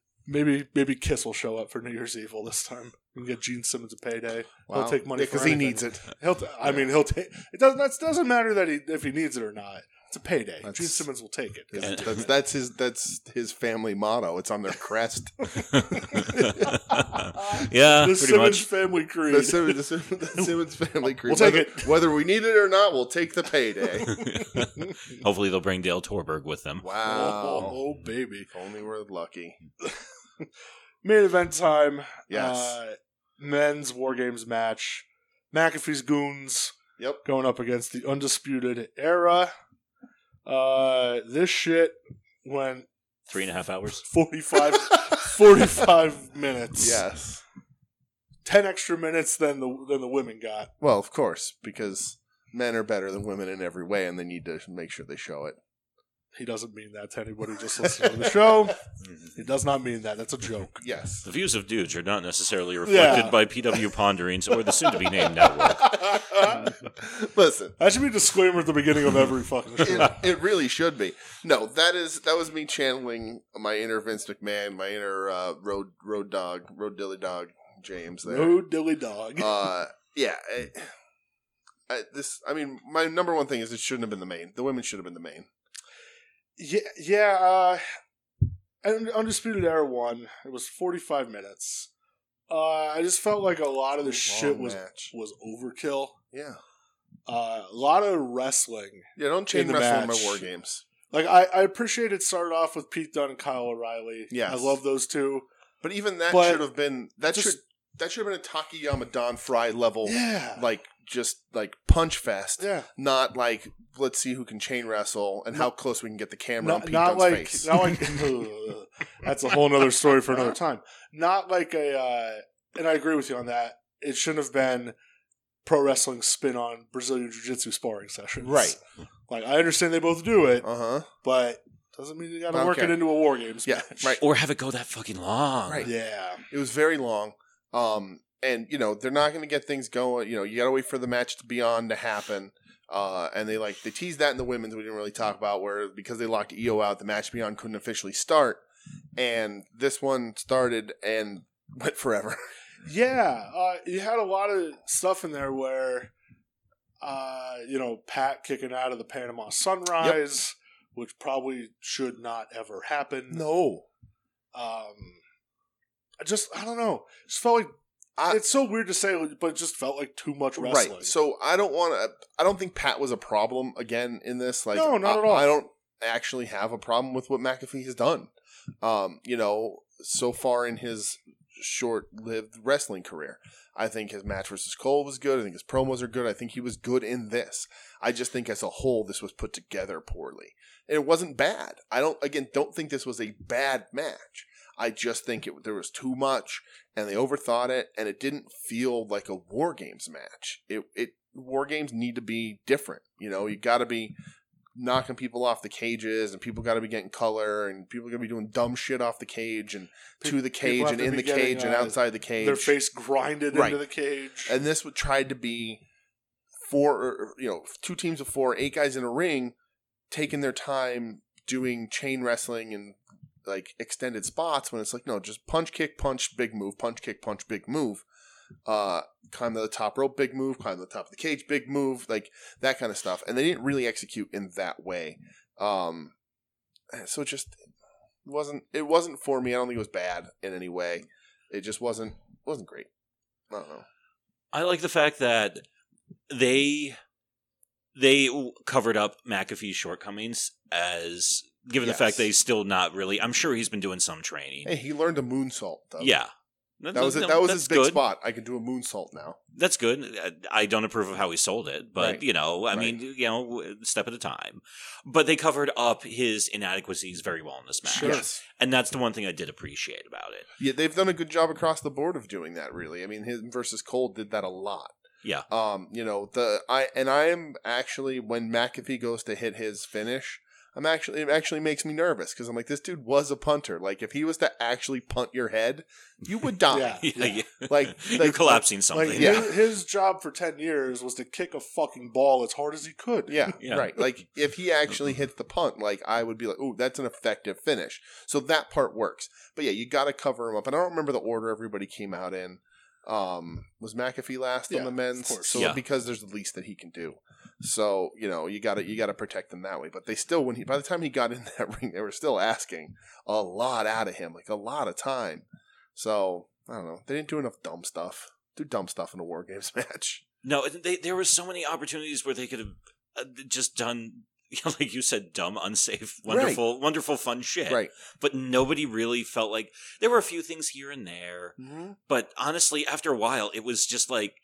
Speaker 2: *laughs* maybe maybe Kiss will show up for New Year's Evil this time. We can get Gene Simmons a payday.
Speaker 1: Wow.
Speaker 2: He'll take money
Speaker 1: Yeah,
Speaker 2: because
Speaker 1: he needs it.
Speaker 2: He'll. T- I mean, he'll take. It doesn't. That doesn't matter that he if he needs it or not. It's a payday.
Speaker 1: That's-
Speaker 2: Gene Simmons will take it.
Speaker 3: And-
Speaker 1: That's, that's his. That's his family motto. It's on their crest.
Speaker 2: *laughs*
Speaker 3: *laughs* yeah,
Speaker 2: the
Speaker 3: pretty
Speaker 2: Simmons
Speaker 3: much.
Speaker 2: family creed.
Speaker 1: The Simmons, the Sim- the Simmons family creed.
Speaker 2: We'll take
Speaker 1: whether,
Speaker 2: it.
Speaker 1: whether we need it or not. We'll take the
Speaker 2: *laughs*
Speaker 1: payday.
Speaker 3: *laughs* Hopefully they'll bring Dale Torberg with them.
Speaker 2: Oh,
Speaker 1: Wow.
Speaker 2: oh, baby.
Speaker 1: If only we're lucky.
Speaker 2: Main event time.
Speaker 1: Yes.
Speaker 2: Uh, men's War Games match. McAfee's Goons
Speaker 1: yep.
Speaker 2: going up against the Undisputed Era. Uh, this shit went
Speaker 3: Three and a half hours.
Speaker 2: 45,
Speaker 1: *laughs*
Speaker 2: *laughs* 45 minutes.
Speaker 1: Yes.
Speaker 2: 10 extra minutes than the, than the women got.
Speaker 1: Well, of course, because men are better than women in every way, and they need to make sure they show it.
Speaker 2: He doesn't mean that to anybody just listening to the show. He does not mean that. That's a joke.
Speaker 1: Yes. *laughs*
Speaker 2: *laughs*
Speaker 3: The views of dudes are not necessarily reflected
Speaker 2: Yeah.
Speaker 3: by PW Ponderings or the soon to be named network.
Speaker 1: Listen,
Speaker 2: That should be a disclaimer at the beginning of every fucking show. *laughs*
Speaker 1: it, it really should be. No, that is that was me channeling my inner Vince McMahon, my inner uh, road road dog, road dilly dog, James. There.
Speaker 2: No dilly dog.
Speaker 1: *laughs* uh, yeah. I, I, this, I mean, my number one thing is it shouldn't have been the main. The women should have been the main.
Speaker 2: yeah, yeah. Uh, and Undisputed Era one. It was forty five minutes. Uh, I just felt like a lot of the shit was
Speaker 1: match.
Speaker 2: was overkill.
Speaker 1: Yeah.
Speaker 2: Uh, a lot of wrestling.
Speaker 1: Yeah, don't chain
Speaker 2: the
Speaker 1: wrestle in
Speaker 2: match.
Speaker 1: my war games.
Speaker 2: Like I, I appreciate it started off with Pete Dunne and Kyle O'Reilly.
Speaker 1: Yes.
Speaker 2: I love those two.
Speaker 1: But even that
Speaker 2: But
Speaker 1: should have been that
Speaker 2: just-
Speaker 1: should that should have been a Takayama Don Fry level
Speaker 2: Yeah,
Speaker 1: Oh, like just like punch fest,
Speaker 2: yeah.
Speaker 1: not like let's see who can chain wrestle and how close we can get the camera on
Speaker 2: Not,
Speaker 1: Pete
Speaker 2: not
Speaker 1: Dunne's
Speaker 2: like
Speaker 1: face. *laughs*
Speaker 2: not like *laughs* that's a whole nother story for another time. Not like a, uh, and I agree with you on that. It shouldn't have been pro wrestling spin on Brazilian jiu jitsu sparring sessions,
Speaker 1: Right.
Speaker 2: Like I understand they both do it,
Speaker 1: Uh huh.
Speaker 2: but doesn't mean you got to
Speaker 1: Okay.
Speaker 2: work it into a war games. *laughs*
Speaker 1: Yeah.
Speaker 2: match.
Speaker 1: Right.
Speaker 3: or have it go that fucking long.
Speaker 1: Right.
Speaker 2: Yeah.
Speaker 1: It was very long. Um, and you know they're not going to get things going. You know you got to wait for the match to be on to happen. Uh, and they like they teased that in the women's we didn't really talk about where because they locked EO out the match beyond couldn't officially start, and this one started and *laughs* went forever.
Speaker 2: Yeah, uh, you had a lot of stuff in there where, uh, you know, Pat kicking out of the Panama Sunrise, which probably should not ever happen.
Speaker 1: No,
Speaker 2: Um, I just, I don't know. Just felt like,
Speaker 1: I-
Speaker 2: it's so weird to say, but it just felt like too much wrestling.
Speaker 1: Right. So I don't want to. I don't think Pat was a problem again in this. Like,
Speaker 2: No, not
Speaker 1: I,
Speaker 2: at all.
Speaker 1: I don't actually have a problem with what McAfee has done. Um, you know, so far in his short-lived wrestling career, I think his match versus Cole was good. I think his promos are good. I think he was good in this. I just think as a whole, this was put together poorly. And it wasn't bad. I don't again don't think this was a bad match. I just think it there was too much and they overthought it and it didn't feel like a war games match it it war games need to be different you know you got to be knocking people off the cages and people got to be getting color and people got to be doing dumb shit off the cage and
Speaker 2: Pe-
Speaker 1: to the cage
Speaker 2: people have
Speaker 1: and
Speaker 2: to
Speaker 1: in
Speaker 2: be
Speaker 1: the
Speaker 2: getting,
Speaker 1: cage and
Speaker 2: uh,
Speaker 1: outside the cage
Speaker 2: Their face grinded
Speaker 1: Right.
Speaker 2: into the cage.
Speaker 1: and this would tried to be four or, you know two teams of four eight guys in a ring taking their time doing chain wrestling and like extended spots when it's like no just punch kick punch big move punch kick punch big move uh climb to the top rope big move climb to the top of the cage big move like that kind of stuff and they didn't really execute in that way um so it just wasn't it wasn't for me i don't think it was bad in any way it just wasn't wasn't great i don't know
Speaker 3: I like the fact that they they w- covered up McAfee's shortcomings as given
Speaker 1: Yes.
Speaker 3: the fact that he's still not really. I'm sure he's been doing some training.
Speaker 1: Hey, he learned a moonsault though.
Speaker 3: yeah,
Speaker 1: That was it.
Speaker 3: no,
Speaker 1: That was
Speaker 3: that's
Speaker 1: his big
Speaker 3: good.
Speaker 1: spot. I can do a moonsault now.
Speaker 3: That's good. I- I don't approve of how he sold it, but
Speaker 1: Right.
Speaker 3: you know, I
Speaker 1: Right.
Speaker 3: mean, you know, step at a time. But they covered up his inadequacies very well in this match,
Speaker 2: Sure.
Speaker 1: Yes.
Speaker 3: and that's the one thing I did appreciate about it.
Speaker 1: Yeah, they've done a good job across the board of doing that. Really, I mean, him versus Cole did that a lot.
Speaker 3: Yeah. *laughs*
Speaker 1: Um, you know the I and I am actually when McAfee goes to hit his finish, I'm actually it actually makes me nervous because I'm like this dude was a punter. Like if he was to actually punt your head, you
Speaker 3: *laughs*
Speaker 1: would die.
Speaker 2: Yeah.
Speaker 3: Yeah.
Speaker 1: Like
Speaker 3: *laughs* You're
Speaker 1: like-
Speaker 3: collapsing something.
Speaker 2: like
Speaker 1: Yeah.
Speaker 2: his, his job for ten years was to kick a fucking ball as hard as he could.
Speaker 1: Yeah,
Speaker 3: Yeah.
Speaker 1: right. Like if he actually hits the punt, like I would be like, "Ooh, that's an effective finish." So that part works. But yeah, you got to cover him up. And I don't remember the order everybody came out in. Um, was McAfee last
Speaker 2: Yeah,
Speaker 1: on the
Speaker 2: of
Speaker 1: men's?
Speaker 2: course.
Speaker 1: So
Speaker 3: Yeah.
Speaker 1: because there's the least that he can do. So you know you got to you got to protect him that way. But they still, when he by the time he got in *laughs* that ring, they were still asking a lot out of him, like a lot of time. So I don't know. They didn't do enough dumb stuff. Do dumb stuff in a war games *laughs* match.
Speaker 3: No, and they, there were so many opportunities where they could have uh, just done, *laughs* you know, like you said, dumb, unsafe,
Speaker 1: Right.
Speaker 3: wonderful, wonderful, fun shit.
Speaker 1: Right.
Speaker 3: But nobody really felt like there were a few things here and there,
Speaker 1: Mm-hmm.
Speaker 3: but honestly, after a while, it was just like.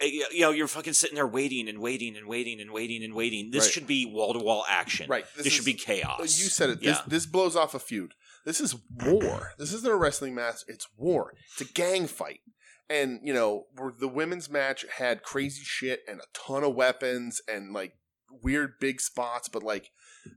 Speaker 3: eh, y- You know, you're fucking sitting there waiting and waiting and waiting and waiting and waiting. This
Speaker 1: Right.
Speaker 3: should be wall to wall action.
Speaker 1: Right.
Speaker 3: This,
Speaker 1: is-
Speaker 3: should be
Speaker 1: Oh,
Speaker 3: chaos.
Speaker 1: You said it. This,
Speaker 3: Yeah.
Speaker 1: this blows off a feud. This is war. This isn't a wrestling match. It's war. It's a gang fight. And you know, where the women's match had crazy shit and a ton of weapons and like weird big spots, but like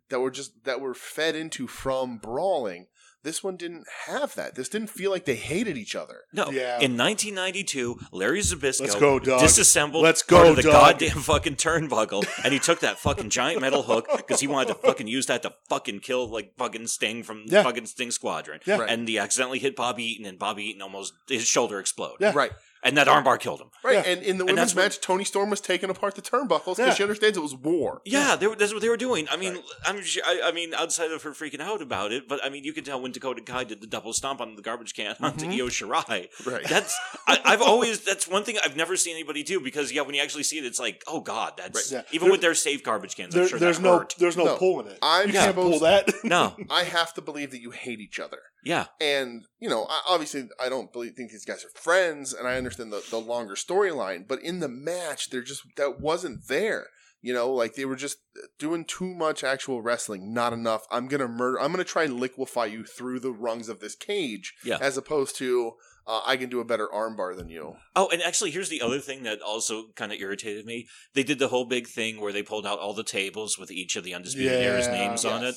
Speaker 1: that were just that were fed into from brawling. This one didn't have that. This didn't feel like they hated each other.
Speaker 3: No.
Speaker 2: Yeah.
Speaker 3: In 1992, Larry Zabisco
Speaker 2: Let's go, dog.
Speaker 3: disassembled
Speaker 2: Let's
Speaker 3: part
Speaker 2: go,
Speaker 3: of the
Speaker 2: dog.
Speaker 3: goddamn fucking turnbuckle, and he took that fucking giant metal hook because he wanted to fucking use that to fucking kill like fucking Sting from
Speaker 2: Yeah.
Speaker 3: fucking Sting Squadron.
Speaker 2: Yeah.
Speaker 1: Right.
Speaker 3: And he accidentally hit Bobby Eaton, and Bobby Eaton almost his shoulder exploded.
Speaker 2: Yeah.
Speaker 1: Right.
Speaker 3: and that armbar killed him.
Speaker 1: Right,
Speaker 2: Yeah.
Speaker 1: and in the
Speaker 3: And
Speaker 1: women's
Speaker 3: that's what-
Speaker 1: match, Tony Storm was taking apart the turnbuckles because
Speaker 2: Yeah.
Speaker 1: she understands it was war.
Speaker 3: Yeah, they were, that's what they were doing. I mean,
Speaker 1: Right.
Speaker 3: I'm, sh- I, I mean, outside of her freaking out about it, but I mean, you can tell when Dakota Kai did the double stomp on the garbage can *laughs* onto
Speaker 2: Mhm.
Speaker 3: Io Shirai.
Speaker 1: Right.
Speaker 3: That's I, I've always that's one thing I've never seen anybody do because yeah, when you actually see it, it's like, oh god, that's
Speaker 2: Right. Yeah.
Speaker 3: even
Speaker 2: There-
Speaker 3: with their safe garbage cans.
Speaker 2: There,
Speaker 3: I'm sure
Speaker 2: there's
Speaker 3: that
Speaker 2: no *laughs*
Speaker 3: hurt.
Speaker 2: there's no,
Speaker 1: No.
Speaker 2: pulling it.
Speaker 1: I'm
Speaker 2: you can't
Speaker 1: supposed-
Speaker 2: pull that. *laughs*
Speaker 3: no,
Speaker 1: I have to believe that you hate each other.
Speaker 3: yeah,
Speaker 1: And, you know, I, obviously, I don't believe, think these guys are friends, and I understand the, the longer storyline, but in the match, they're just, that wasn't there. You know, like they were just doing too much actual wrestling, not enough. I'm going to murder, I'm going to try and liquefy you through the rungs of this cage,
Speaker 3: Yeah.
Speaker 1: as opposed to, uh, I can do a better armbar than you.
Speaker 3: Oh, and actually, here's the other thing that also kind of irritated me. They did the whole big thing where they pulled out all the tables with each of the Undisputed Era's
Speaker 2: Yeah.
Speaker 3: names on it,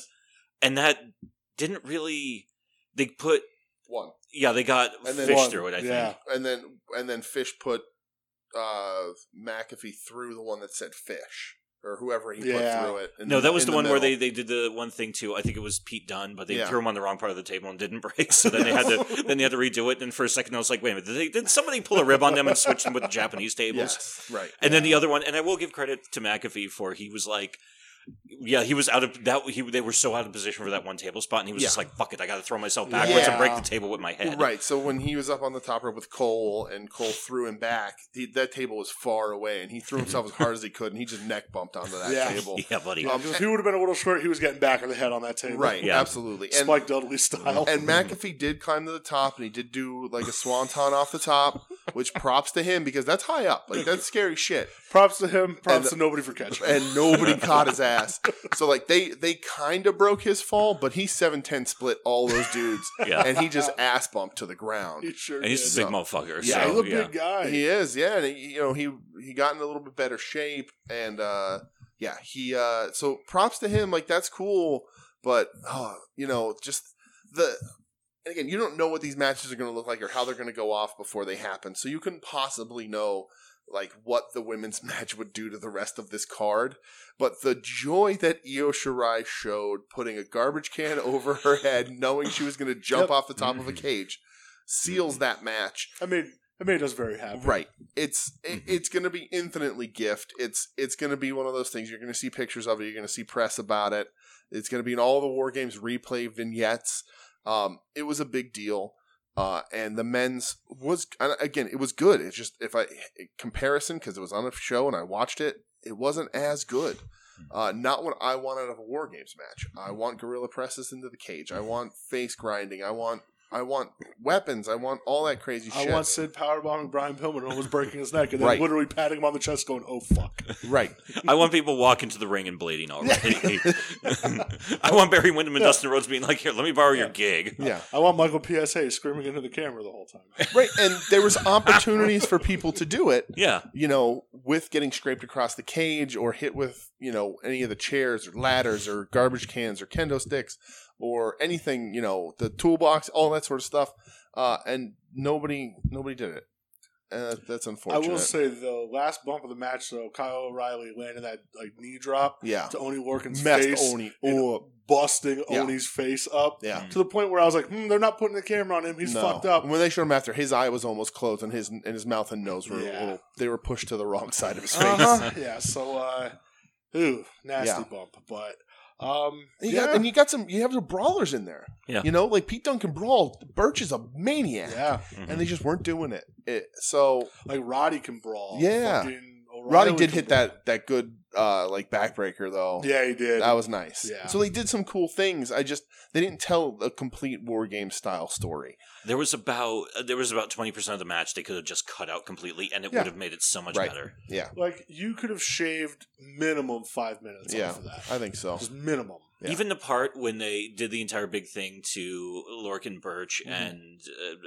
Speaker 3: and that didn't really. They put
Speaker 1: One.
Speaker 3: yeah, they got
Speaker 1: And then
Speaker 3: fish
Speaker 2: One,
Speaker 3: through it. I
Speaker 2: yeah.
Speaker 3: think
Speaker 1: And then, and then Fish put, uh, McAfee through the one that said Fish, or whoever he
Speaker 2: Yeah.
Speaker 1: put through it. in
Speaker 3: no, that was
Speaker 1: in
Speaker 3: the, one where
Speaker 1: middle.
Speaker 3: they, they did the one thing too. I think it was Pete Dunn, but they
Speaker 1: Yeah.
Speaker 3: threw him on the wrong part of the table and didn't *laughs* break. So then they had to then they had to redo it. And for a second, I was like, wait a minute, did, they, did somebody pull a rib on them and switch them with the Japanese tables?
Speaker 1: Yes, right.
Speaker 3: And then the other one, and I will give credit to McAfee for he was like, yeah, he was out of that. He they were so out of position for that one table spot, and he was
Speaker 1: Yeah.
Speaker 3: just like, fuck it, I got to throw myself backwards and
Speaker 2: Yeah.
Speaker 3: break the table with my head.
Speaker 1: Right. So when he was up on the top rope with Cole and Cole threw him back, the, that table was far away and he threw himself as hard as he could and he just neck bumped onto that
Speaker 2: Yeah.
Speaker 1: table.
Speaker 3: *laughs* Yeah, buddy.
Speaker 2: Yeah, 'cause if he would have been a little short, he was getting back of the head on that table.
Speaker 1: Right.
Speaker 3: Yeah.
Speaker 1: Absolutely. And,
Speaker 2: *laughs* Spike Dudley style.
Speaker 1: and McAfee did climb to the top and he did do like a swanton off the top, which props to him because that's high up. Like that's scary shit.
Speaker 2: props to him. Props
Speaker 1: the-
Speaker 2: to nobody for catching. it.
Speaker 1: And nobody caught his ass. So like they they kind of broke his fall, but he 710 split all those dudes
Speaker 3: Yeah.
Speaker 1: and he just ass bumped to the ground.
Speaker 2: he sure
Speaker 3: And he's a
Speaker 2: did.
Speaker 3: big motherfucker.
Speaker 2: yeah,
Speaker 3: so,
Speaker 2: he's a
Speaker 3: yeah.
Speaker 2: big guy.
Speaker 1: He is, yeah. And he, you know, he he got in a little bit better shape, and uh, yeah, he. Uh, so props to him. Like that's cool, but uh, you know, just the. And again, you don't know what these matches are going to look like or how they're going to go off before they happen, so you couldn't possibly know like what the women's *laughs* match would do to the rest of this card. But the joy that Io Shirai showed putting a garbage can *laughs* over her head, knowing she was going to jump
Speaker 2: Yep.
Speaker 1: off the top of a cage, seals that match.
Speaker 2: I mean, it made us very happy.
Speaker 1: Right. It's it, it's going to be infinitely gift. It's it's going to be one of those things. You're going to see pictures of it. You're going to see press about it. It's going to be in all the war games replay vignettes. Um, it was a big deal. Uh, and the men's was and again, it was good. It's just if I comparison because it was on a show and I watched it, it wasn't as good. Uh, not what I want out of a war games match. I want gorilla presses into the cage. I want face grinding. I want I want weapons. I want all that crazy
Speaker 2: I
Speaker 1: shit.
Speaker 2: once said powerbombing Brian Pillman and almost breaking his neck, and then
Speaker 1: Right.
Speaker 2: literally patting him on the chest, going, "Oh fuck."
Speaker 1: right.
Speaker 3: I want people walking to the ring and bleeding already. *laughs* I want Barry Windham and
Speaker 2: Yeah.
Speaker 3: Dustin Rhodes being like, here, let me borrow your
Speaker 2: Yeah.
Speaker 3: gig.
Speaker 1: Yeah.
Speaker 2: I want Michael PSA screaming into the camera the whole time.
Speaker 1: Right, and there was opportunities for people to do it,
Speaker 3: Yeah.
Speaker 1: you know, with getting scraped across the cage or hit with, you know, any of the chairs or ladders or garbage cans or kendo sticks or anything, you know, the toolbox, all that sort of stuff. Uh, and nobody, nobody did it. Uh, that's
Speaker 2: I
Speaker 1: unfortunate.
Speaker 2: will say the last bump of the match, though, Kyle O'Reilly landed that like knee drop
Speaker 1: yeah,
Speaker 2: to Oni Lorcan's
Speaker 1: messed
Speaker 2: face,
Speaker 1: Oni
Speaker 2: and
Speaker 1: up.
Speaker 2: busting
Speaker 1: Yeah.
Speaker 2: Oni's face up
Speaker 1: Yeah,
Speaker 2: to the point where I was like, hmm, "They're not putting the camera on him. He's
Speaker 1: No.
Speaker 2: fucked up."
Speaker 1: When they showed him after, his eye was almost closed, and his and his mouth and nose were a
Speaker 2: Yeah.
Speaker 1: little, they were pushed to the wrong side of his face.
Speaker 2: Uh-huh. *laughs* yeah. So, uh, ooh, nasty
Speaker 1: Yeah.
Speaker 2: bump, but. Um,
Speaker 1: And you,
Speaker 2: yeah.
Speaker 1: got, and you got some, you have the brawlers in there.
Speaker 3: Yeah.
Speaker 1: You know, like Pete Duncan brawl. Birch is a maniac.
Speaker 2: yeah,
Speaker 3: Mm-hmm.
Speaker 1: And
Speaker 3: Mhm.
Speaker 1: they just weren't doing it. it so
Speaker 2: like Roddy can brawl.
Speaker 1: Yeah.
Speaker 2: Fucking O'Reilly
Speaker 1: Roddy did
Speaker 2: can
Speaker 1: hit
Speaker 2: brawl.
Speaker 1: that, that good, uh, like backbreaker though.
Speaker 2: Yeah, he did.
Speaker 1: That was nice.
Speaker 2: Yeah.
Speaker 1: So they did some cool things. I just, they didn't tell a complete war game style story.
Speaker 3: There was about uh, there was about twenty percent of the match they could have just cut out completely, and it
Speaker 2: Yeah.
Speaker 3: would have made it so much
Speaker 1: Right.
Speaker 3: better.
Speaker 1: Yeah.
Speaker 2: Like you could have shaved minimum five minutes
Speaker 1: Yeah.
Speaker 2: off of that.
Speaker 1: I think so.
Speaker 2: Just minimum.
Speaker 1: Yeah.
Speaker 3: Even the part when they did the entire big thing to Lorcan Birch
Speaker 1: Mm-hmm.
Speaker 2: Mhm.
Speaker 3: and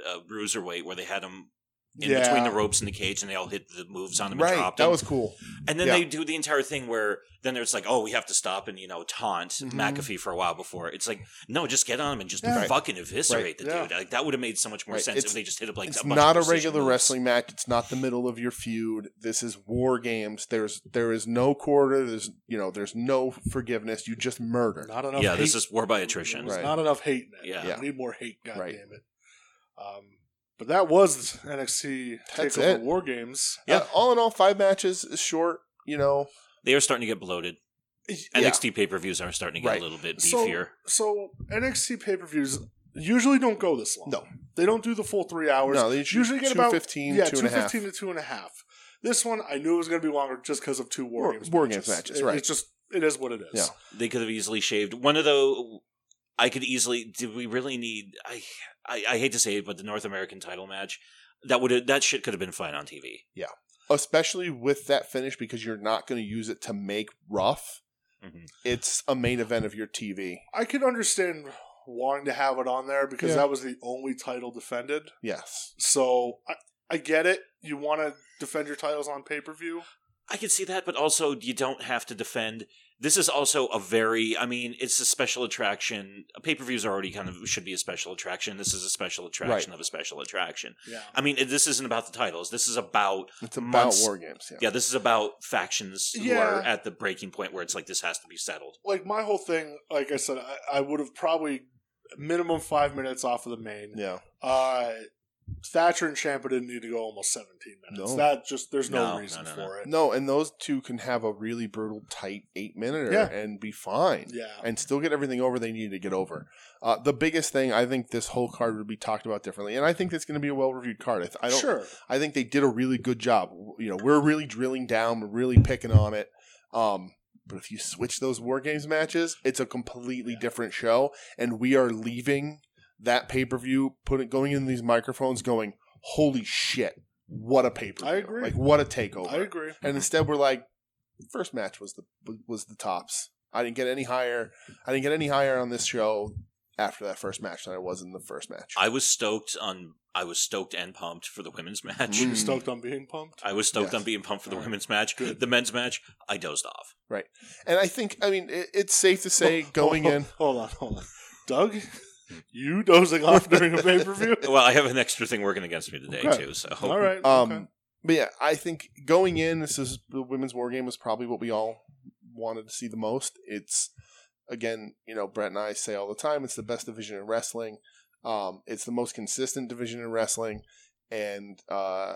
Speaker 3: uh, uh, Bruiserweight, where they had them in between the ropes and the cage, and they all hit the moves on them and
Speaker 1: Right.
Speaker 3: dropped
Speaker 1: That
Speaker 3: them.
Speaker 1: was cool.
Speaker 3: and then
Speaker 1: yeah.
Speaker 3: they do the entire thing where then there's like, oh, we have to stop and you know taunt
Speaker 1: Mhm.
Speaker 3: McAfee for a while before it's like, no, just get on him and just
Speaker 2: Yeah.
Speaker 1: Right.
Speaker 3: fucking eviscerate
Speaker 2: Right.
Speaker 3: the
Speaker 2: Yeah.
Speaker 3: dude. Like that would have made so much more
Speaker 1: Right.
Speaker 3: sense
Speaker 1: It's-
Speaker 3: if they just hit him like
Speaker 1: it's
Speaker 3: a bunch
Speaker 1: not a
Speaker 3: of precision
Speaker 1: regular
Speaker 3: moves.
Speaker 1: wrestling match. It's not the middle of your feud. This is war games. There's there is no quarter. There's you know there's no forgiveness. You just murder.
Speaker 2: Not enough.
Speaker 3: Yeah,
Speaker 2: hate.
Speaker 3: this is war by
Speaker 2: There's
Speaker 3: attrition.
Speaker 1: Right.
Speaker 2: Not enough hate in it.
Speaker 3: Yeah.
Speaker 1: Yeah.
Speaker 2: We need more hate. God
Speaker 1: Right.
Speaker 2: damn it. Um, But that was NXT
Speaker 1: That's
Speaker 2: Takeover
Speaker 1: it.
Speaker 2: War Games.
Speaker 1: Yeah. Uh, all in all, five matches is short. You know,
Speaker 3: They are starting to get bloated.
Speaker 1: Yeah.
Speaker 3: NXT pay per views are starting to get
Speaker 1: Right.
Speaker 3: a little bit
Speaker 2: So,
Speaker 3: beefier.
Speaker 2: so NXT pay per views usually don't go this long.
Speaker 1: No.
Speaker 2: they don't do the full three hours.
Speaker 1: no, they
Speaker 2: usually get about
Speaker 1: 15,
Speaker 2: yeah,
Speaker 1: two and a half.
Speaker 2: 215 to two and a half. This one I knew it was going to be longer just because of two war,
Speaker 1: War-
Speaker 2: games.
Speaker 1: War Games matches,
Speaker 2: It-
Speaker 1: right.
Speaker 2: It's just it is what it is.
Speaker 1: Yeah.
Speaker 3: they could have easily shaved one of the. I could easily. Did we really need? I I, I hate to say it, but the North American title match that would that shit could have been fine on TV.
Speaker 1: Especially with that finish because you're not going to use it to make rough. Mm-hmm.
Speaker 3: Mhm.
Speaker 1: It's a main event of your TV.
Speaker 2: I can understand wanting to have it on there because
Speaker 1: Yeah.
Speaker 2: that was the only title defended.
Speaker 1: Yes.
Speaker 2: So I, I get it. You want to defend your titles on pay per view.
Speaker 3: I could see that, but also you don't have to defend. This is also a very. I mean, it's a special attraction. Pay per views already kind of should be a special attraction. This is a special attraction of a special attraction.
Speaker 2: Yeah,
Speaker 3: I mean, this isn't about the titles. This is about
Speaker 1: It's about
Speaker 3: Months-
Speaker 1: War Games. Yeah.
Speaker 3: yeah. This is about factions who
Speaker 2: Yeah.
Speaker 3: are at the breaking point where it's like this has to be settled.
Speaker 2: like my whole thing. Like I said, I, I would have probably minimum five minutes off of the main.
Speaker 1: Yeah.
Speaker 2: Uh, Thatcher and Champa didn't need to go almost seventeen minutes.
Speaker 1: No.
Speaker 2: That just there's no,
Speaker 3: No,
Speaker 2: reason
Speaker 3: no, no, no.
Speaker 2: for it.
Speaker 1: No, and those two can have a really brutal, tight eight minute
Speaker 2: Yeah.
Speaker 1: and be fine.
Speaker 2: Yeah,
Speaker 1: and still get everything over they need to get over. Uh, the biggest thing I think this whole card would be talked about differently, and I think it's going to be a well reviewed card. I, th- I don't.
Speaker 2: sure.
Speaker 1: I think they did a really good job. You know, we're really drilling down, we're really picking on it. Um, but if you switch those war games matches, it's a completely
Speaker 2: Yeah.
Speaker 1: different show, and we are leaving that pay per view, putting going in these microphones, going, holy shit, what a pay per view!
Speaker 2: I agree.
Speaker 1: Like what a takeover.
Speaker 2: I agree.
Speaker 1: And instead, we're like, first match was the was the tops. I didn't get any higher. I didn't get any higher on this show after that first match than I was in the first match.
Speaker 3: I was stoked on. I was stoked and pumped for the women's match.
Speaker 1: Mm.
Speaker 2: You're stoked on being pumped.
Speaker 3: *laughs* I was stoked
Speaker 1: Yes.
Speaker 3: on being pumped for the
Speaker 1: All right.
Speaker 3: women's match.
Speaker 2: Good.
Speaker 3: The men's match, I dozed off.
Speaker 1: and I think, I mean, it, it's safe to say going
Speaker 2: *laughs* Hold-
Speaker 1: in.
Speaker 2: Hold on, hold on, Doug. *laughs* You dozing off during a pay per view?
Speaker 3: Well, I have an extra *laughs* thing working against me today
Speaker 2: Okay.
Speaker 3: too. So
Speaker 2: All right.
Speaker 1: Um,
Speaker 2: okay.
Speaker 1: But yeah, I think going in, this is the women's war game was probably what we all wanted to see the most. It's again, you know, Brett and I say all the time, it's the best division in wrestling. Um, it's the most consistent division in wrestling, and uh,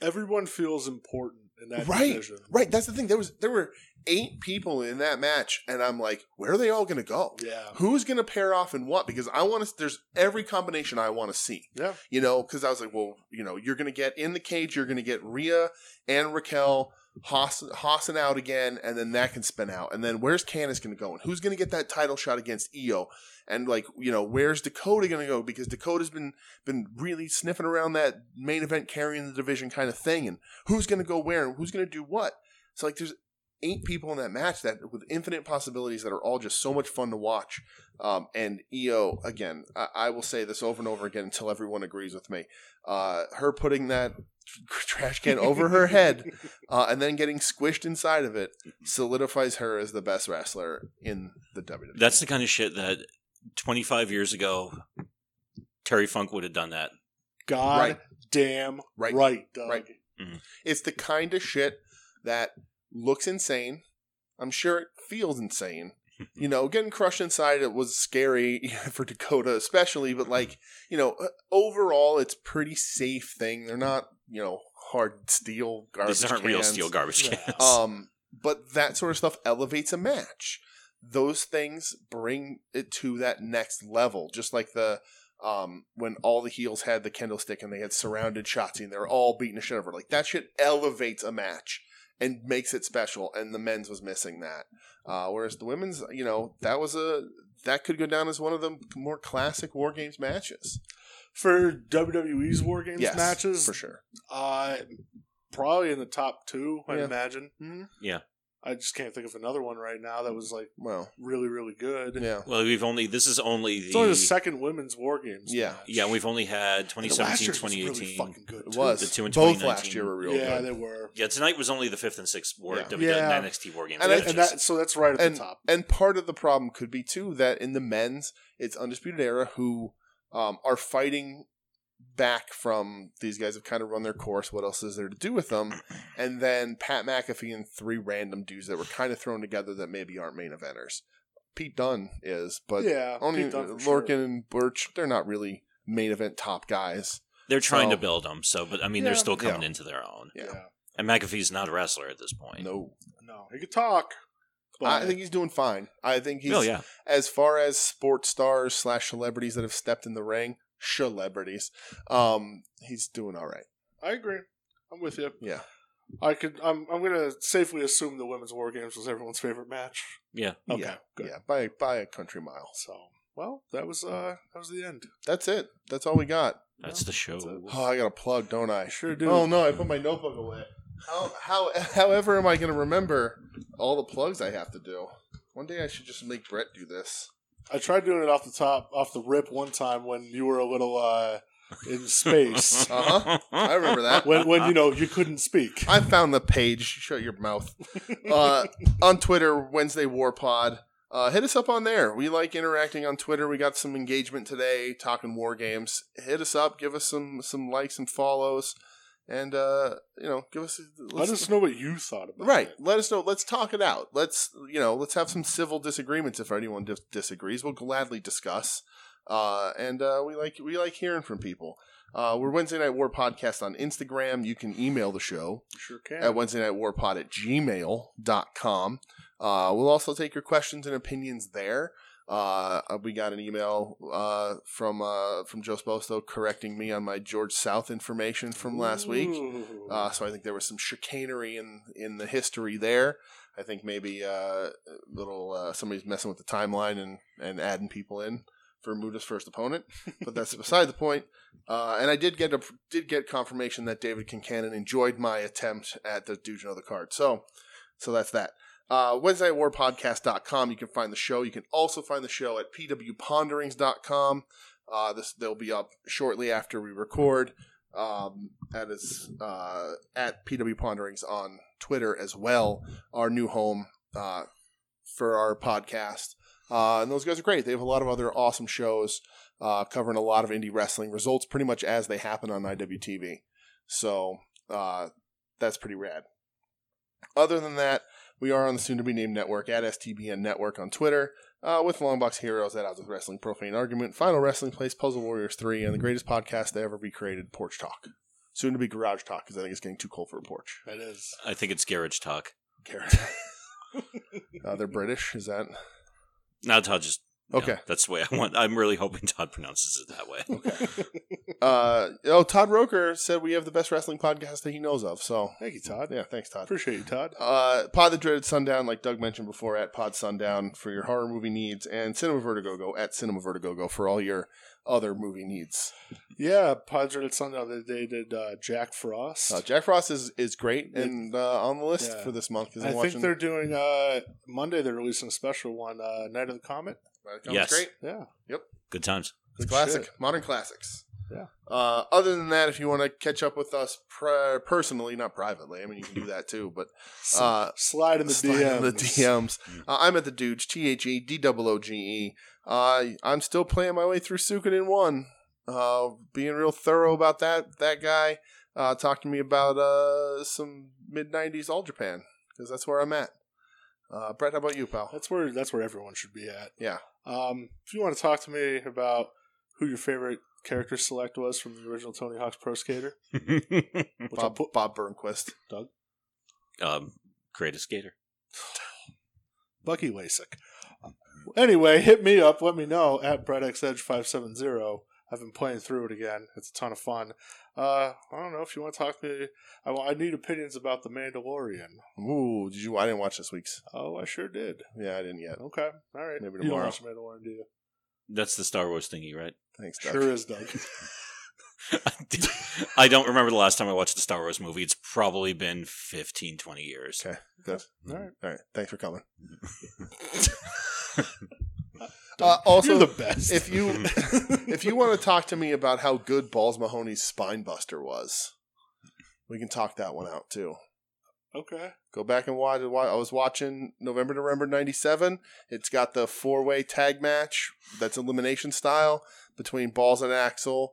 Speaker 2: Everyone feels important in that
Speaker 1: Right,
Speaker 2: division.
Speaker 1: Right, that's the thing. There was there were eight people in that match, and I'm like, where are they all going to go?
Speaker 2: Yeah.
Speaker 1: *laughs* Who's going to pair off and what? Because I want to. There's every combination I want to see.
Speaker 2: Yeah.
Speaker 1: You know, because I was like, well, you know, you're going to get in the cage. You're going to get Rhea and Raquel hoss- hossing out again, and then that can spin out. And then where's Candice going to go? And who's going to get that title shot against Io? And like, you know, where's Dakota going to go? Because Dakota's been been really sniffing around that main event carrying the division kind of thing, and who's going to go where and who's going to do what. So like, there's eight people in that match that with infinite possibilities that are all just so much fun to watch. Um, and EO again, I, I will say this over and over again until everyone agrees with me. Uh, her putting that *laughs* tr- trash can over her head uh, and then getting squished inside of it solidifies her as the best wrestler in the E WWE.
Speaker 3: That's the kind of shit that 25 years ago, Terry Funk would have done that.
Speaker 2: God
Speaker 1: Right.
Speaker 2: damn
Speaker 1: Right.
Speaker 2: right, Doug.
Speaker 1: Right. It's the kind of shit that looks insane. I'm sure it feels insane.
Speaker 3: *laughs*
Speaker 1: You know, getting crushed inside it was scary *laughs* for Dakota, especially. But like, you know, uh, overall, it's pretty safe thing. They're not, you know, hard steel garbage.
Speaker 3: These aren't real
Speaker 1: cans.
Speaker 3: steel garbage
Speaker 2: Yeah. Oh.
Speaker 3: cans.
Speaker 1: Um, but that sort of stuff elevates a match. Those things bring it to that next level. Just like the um, when all the heels had the kendo stick and they had surrounded Shotzi and they were all beating the shit out of her. Like that shit elevates a match and makes it special. And the men's was missing that. Uh, whereas the women's, you know, that was a that could go down as one of the more classic war games matches.
Speaker 2: For WWE's War Games
Speaker 1: Yes,
Speaker 2: matches,
Speaker 1: for sure.
Speaker 2: uh, probably in the top two, I'd
Speaker 1: Yeah.
Speaker 2: imagine.
Speaker 1: Mhm.
Speaker 2: I just can't think of another one right now that was like
Speaker 1: Well,
Speaker 2: really, really good.
Speaker 1: yeah,
Speaker 3: *laughs* well, we've only, this is only the,
Speaker 2: It's only the second women's War Games.
Speaker 1: Yeah.
Speaker 2: match.
Speaker 3: yeah, we've only had
Speaker 2: And last
Speaker 3: 2017,
Speaker 2: year was really
Speaker 3: 2018.
Speaker 2: fucking good.
Speaker 1: it
Speaker 2: too.
Speaker 1: was.
Speaker 3: The two in
Speaker 1: Both
Speaker 3: 2019.
Speaker 1: last year were real
Speaker 2: yeah,
Speaker 1: good.
Speaker 2: they were.
Speaker 3: yeah, tonight was only the fifth and sixth war,
Speaker 1: Yeah.
Speaker 3: yeah.
Speaker 2: Yeah.
Speaker 3: NXT war games.
Speaker 1: And
Speaker 2: And,
Speaker 1: I-
Speaker 3: matches.
Speaker 2: that, so that's right at
Speaker 1: and
Speaker 2: the top.
Speaker 1: and part of the problem could be too that in the men's it's undisputed era who um, are fighting back from these guys have kind of run their course. What else is there to do with them?
Speaker 2: *clears throat*
Speaker 1: And then Pat McAfee and three random dudes that were kind of thrown together that maybe aren't main eventers. Pete Dunn is, but
Speaker 2: yeah,
Speaker 1: only
Speaker 2: Pete Dunne for
Speaker 1: Lorcan
Speaker 2: sure.
Speaker 1: and Birch they're not really main event top guys.
Speaker 3: They're trying
Speaker 1: So-
Speaker 3: to build them, so but I mean
Speaker 2: Yeah.
Speaker 3: they're still coming
Speaker 1: Yeah.
Speaker 3: into their own.
Speaker 1: Yeah.
Speaker 3: And McAfee's not a wrestler at this point. Oh,
Speaker 1: No,
Speaker 2: No, he could talk. But
Speaker 1: I think he's doing fine. I think he's
Speaker 3: oh yeah,
Speaker 1: as far as sports stars slash celebrities that have stepped in the ring, celebrities. Um, he's doing all right.
Speaker 2: I agree. I'm with you.
Speaker 1: Yeah.
Speaker 2: I could. I'm. I'm gonna safely assume the women's war games was everyone's favorite match.
Speaker 3: yeah.
Speaker 2: Okay.
Speaker 1: Yeah,
Speaker 2: Good.
Speaker 1: Yeah, by by a country mile.
Speaker 2: So, well, that was uh, that was the end.
Speaker 1: That's it. That's all we got.
Speaker 3: That's the show. *laughs*
Speaker 2: it.
Speaker 1: Oh, I got a plug, don't
Speaker 2: I
Speaker 1: I?
Speaker 2: sure do.
Speaker 1: Oh no, I put my notebook away. How how however am I going to remember all the plugs I have to do? One day I should just make Brett do this.
Speaker 2: I tried doing it off the top, off the rip one time when you were a little uh, in
Speaker 1: *laughs*
Speaker 2: space.
Speaker 1: Uh-huh. I remember
Speaker 2: *laughs*
Speaker 1: that.
Speaker 2: when, when you know you couldn't speak.
Speaker 1: I found the page. Shut your mouth.
Speaker 2: *laughs*
Speaker 1: Uh, on Twitter, Wednesday War Pod. Uh, hit us up on there. We like interacting on Twitter. We got some engagement today, talking war games. Hit us up. Give us some some likes and follows, and uh, you know, give us
Speaker 2: Let us know what you thought about
Speaker 1: Right.
Speaker 2: it.
Speaker 1: Let us know. Let's talk it out. Let's you know. Let's have some civil disagreements if anyone dis- disagrees. We'll gladly discuss. Uh, and uh, we like we like hearing from people. Uh, we're Wednesday Night War Podcast on Instagram. You can email the show
Speaker 2: Sure can.
Speaker 1: at Wednesday Night Warpod at gmail.com. Uh, we'll also take your questions and opinions there. Uh, we got an email uh, from uh, from Joe Sposto correcting me on my George South information from last week.
Speaker 2: Ooh.
Speaker 1: Uh, so I think there was some chicanery in in the history there. I think maybe uh, a little uh, somebody's messing with the timeline and and adding people in for Muda's first opponent, but that's beside the point. Uh, and I did get a, did get confirmation that David Kincannon enjoyed my attempt at the Dude You Know the Card. So so that's that. Uh, Wednesday at warpodcast.com. You can find the show. You can also find the show at pwponderings.com. Uh, this they'll be up shortly after we record. Um, that is uh, at PW Ponderings on Twitter as well. Our new home uh, for our podcast, uh, and those guys are great. They have a lot of other awesome shows uh, covering a lot of indie wrestling results, pretty much as they happen on IWTV. So uh, that's pretty rad. Other than that, we are on the soon to be named network at STBN Network on Twitter. Uh, with Longbox Heroes, That Odds with Wrestling, Profane Argument, Final Wrestling Place, Puzzle Warriors 3, and the greatest podcast to ever be created, Porch Talk. Soon to be Garage Talk, because I think it's getting too cold for a porch.
Speaker 2: That is.
Speaker 3: *laughs* I think it's Garage Talk.
Speaker 2: *laughs*
Speaker 1: Garage. uh, they're British, is that?
Speaker 3: Now Todd just no,
Speaker 1: Okay.
Speaker 3: that's the way I want. I'm really hoping Todd pronounces it that way.
Speaker 1: Uh, oh, Todd Roker said we have the best wrestling podcast that he knows of, so.
Speaker 2: *laughs* Thank you, Todd.
Speaker 1: Yeah, thanks, Todd.
Speaker 2: Appreciate you, Todd.
Speaker 1: Uh, Pod the Dreaded Sundown, like Doug mentioned before, at Pod Sundown for your horror movie needs, and Cinema Vertigogo at Cinema Vertigogo for all your other movie needs.
Speaker 2: Yeah, Pods read it Sunday that they did uh, Jack Frost.
Speaker 1: Uh, Jack Frost is, is great and uh, on the list
Speaker 2: Yeah.
Speaker 1: for this month because
Speaker 2: I
Speaker 1: I'm
Speaker 2: think
Speaker 1: watching.
Speaker 2: they're doing uh, Monday. They're releasing a special one, uh, Night of the Comet.
Speaker 1: Radicom's
Speaker 3: Yes.
Speaker 1: great.
Speaker 2: Yeah,
Speaker 3: Good times.
Speaker 1: *laughs* It's
Speaker 2: Good
Speaker 1: classic,
Speaker 2: shit.
Speaker 1: modern classics.
Speaker 2: Yeah.
Speaker 1: Uh, other than that, if you want to catch up with us pri- personally, not privately, I mean you can do that too, but
Speaker 2: S-
Speaker 1: Uh,
Speaker 2: slide in the
Speaker 1: slide
Speaker 2: DMs.
Speaker 1: in the DMs. Uh, I'm at the Dooge, T H E D O O G E. Uh, I'm still playing my way through Suikoden one. Uh, being real thorough about that. That guy uh, talked to me about uh, some mid '90s All Japan because that's where I'm at. Uh, Brett, how about you, pal?
Speaker 2: That's where that's where everyone should be at.
Speaker 1: Yeah.
Speaker 2: Um, if you want to talk to me about who your favorite character select was from the original Tony Hawk's Pro Skater, which I'll
Speaker 1: Bob
Speaker 2: put,
Speaker 1: Bob Burnquist.
Speaker 3: um, create a skater.
Speaker 2: Bucky Lasik. Um, Anyway, hit me up. Let me know at BrettXEdge570. I've been playing through it again. It's a ton of fun. Uh, I don't know if you want to talk to me. I, wa- I need opinions about The Mandalorian.
Speaker 1: Ooh, did you? I didn't watch this week's.
Speaker 2: Oh, I sure did.
Speaker 1: Yeah, I didn't yet.
Speaker 2: Okay. All right.
Speaker 1: Maybe
Speaker 2: you don't
Speaker 1: tomorrow.
Speaker 2: watch The Mandalorian, do you?
Speaker 3: That's the Star Wars thingy,
Speaker 1: *laughs*
Speaker 3: right? *laughs*
Speaker 1: Thanks, Doug.
Speaker 2: Sure is, *laughs* Doug.
Speaker 3: I don't remember the last time I watched a Star Wars movie. It's probably been 15, 20 years.
Speaker 1: Okay. Good.
Speaker 2: All right.
Speaker 1: All right. Thanks for coming.
Speaker 2: Doug,
Speaker 1: Uh, also,
Speaker 2: You're the best. *laughs*
Speaker 1: If you if you want to talk to me about how good Balls Mahoney's spine buster was, we can talk that one out too.
Speaker 2: okay.
Speaker 1: Go back and watch. wa- I was watching November November '97. It's got the four way tag match that's elimination style between Balls and Axel.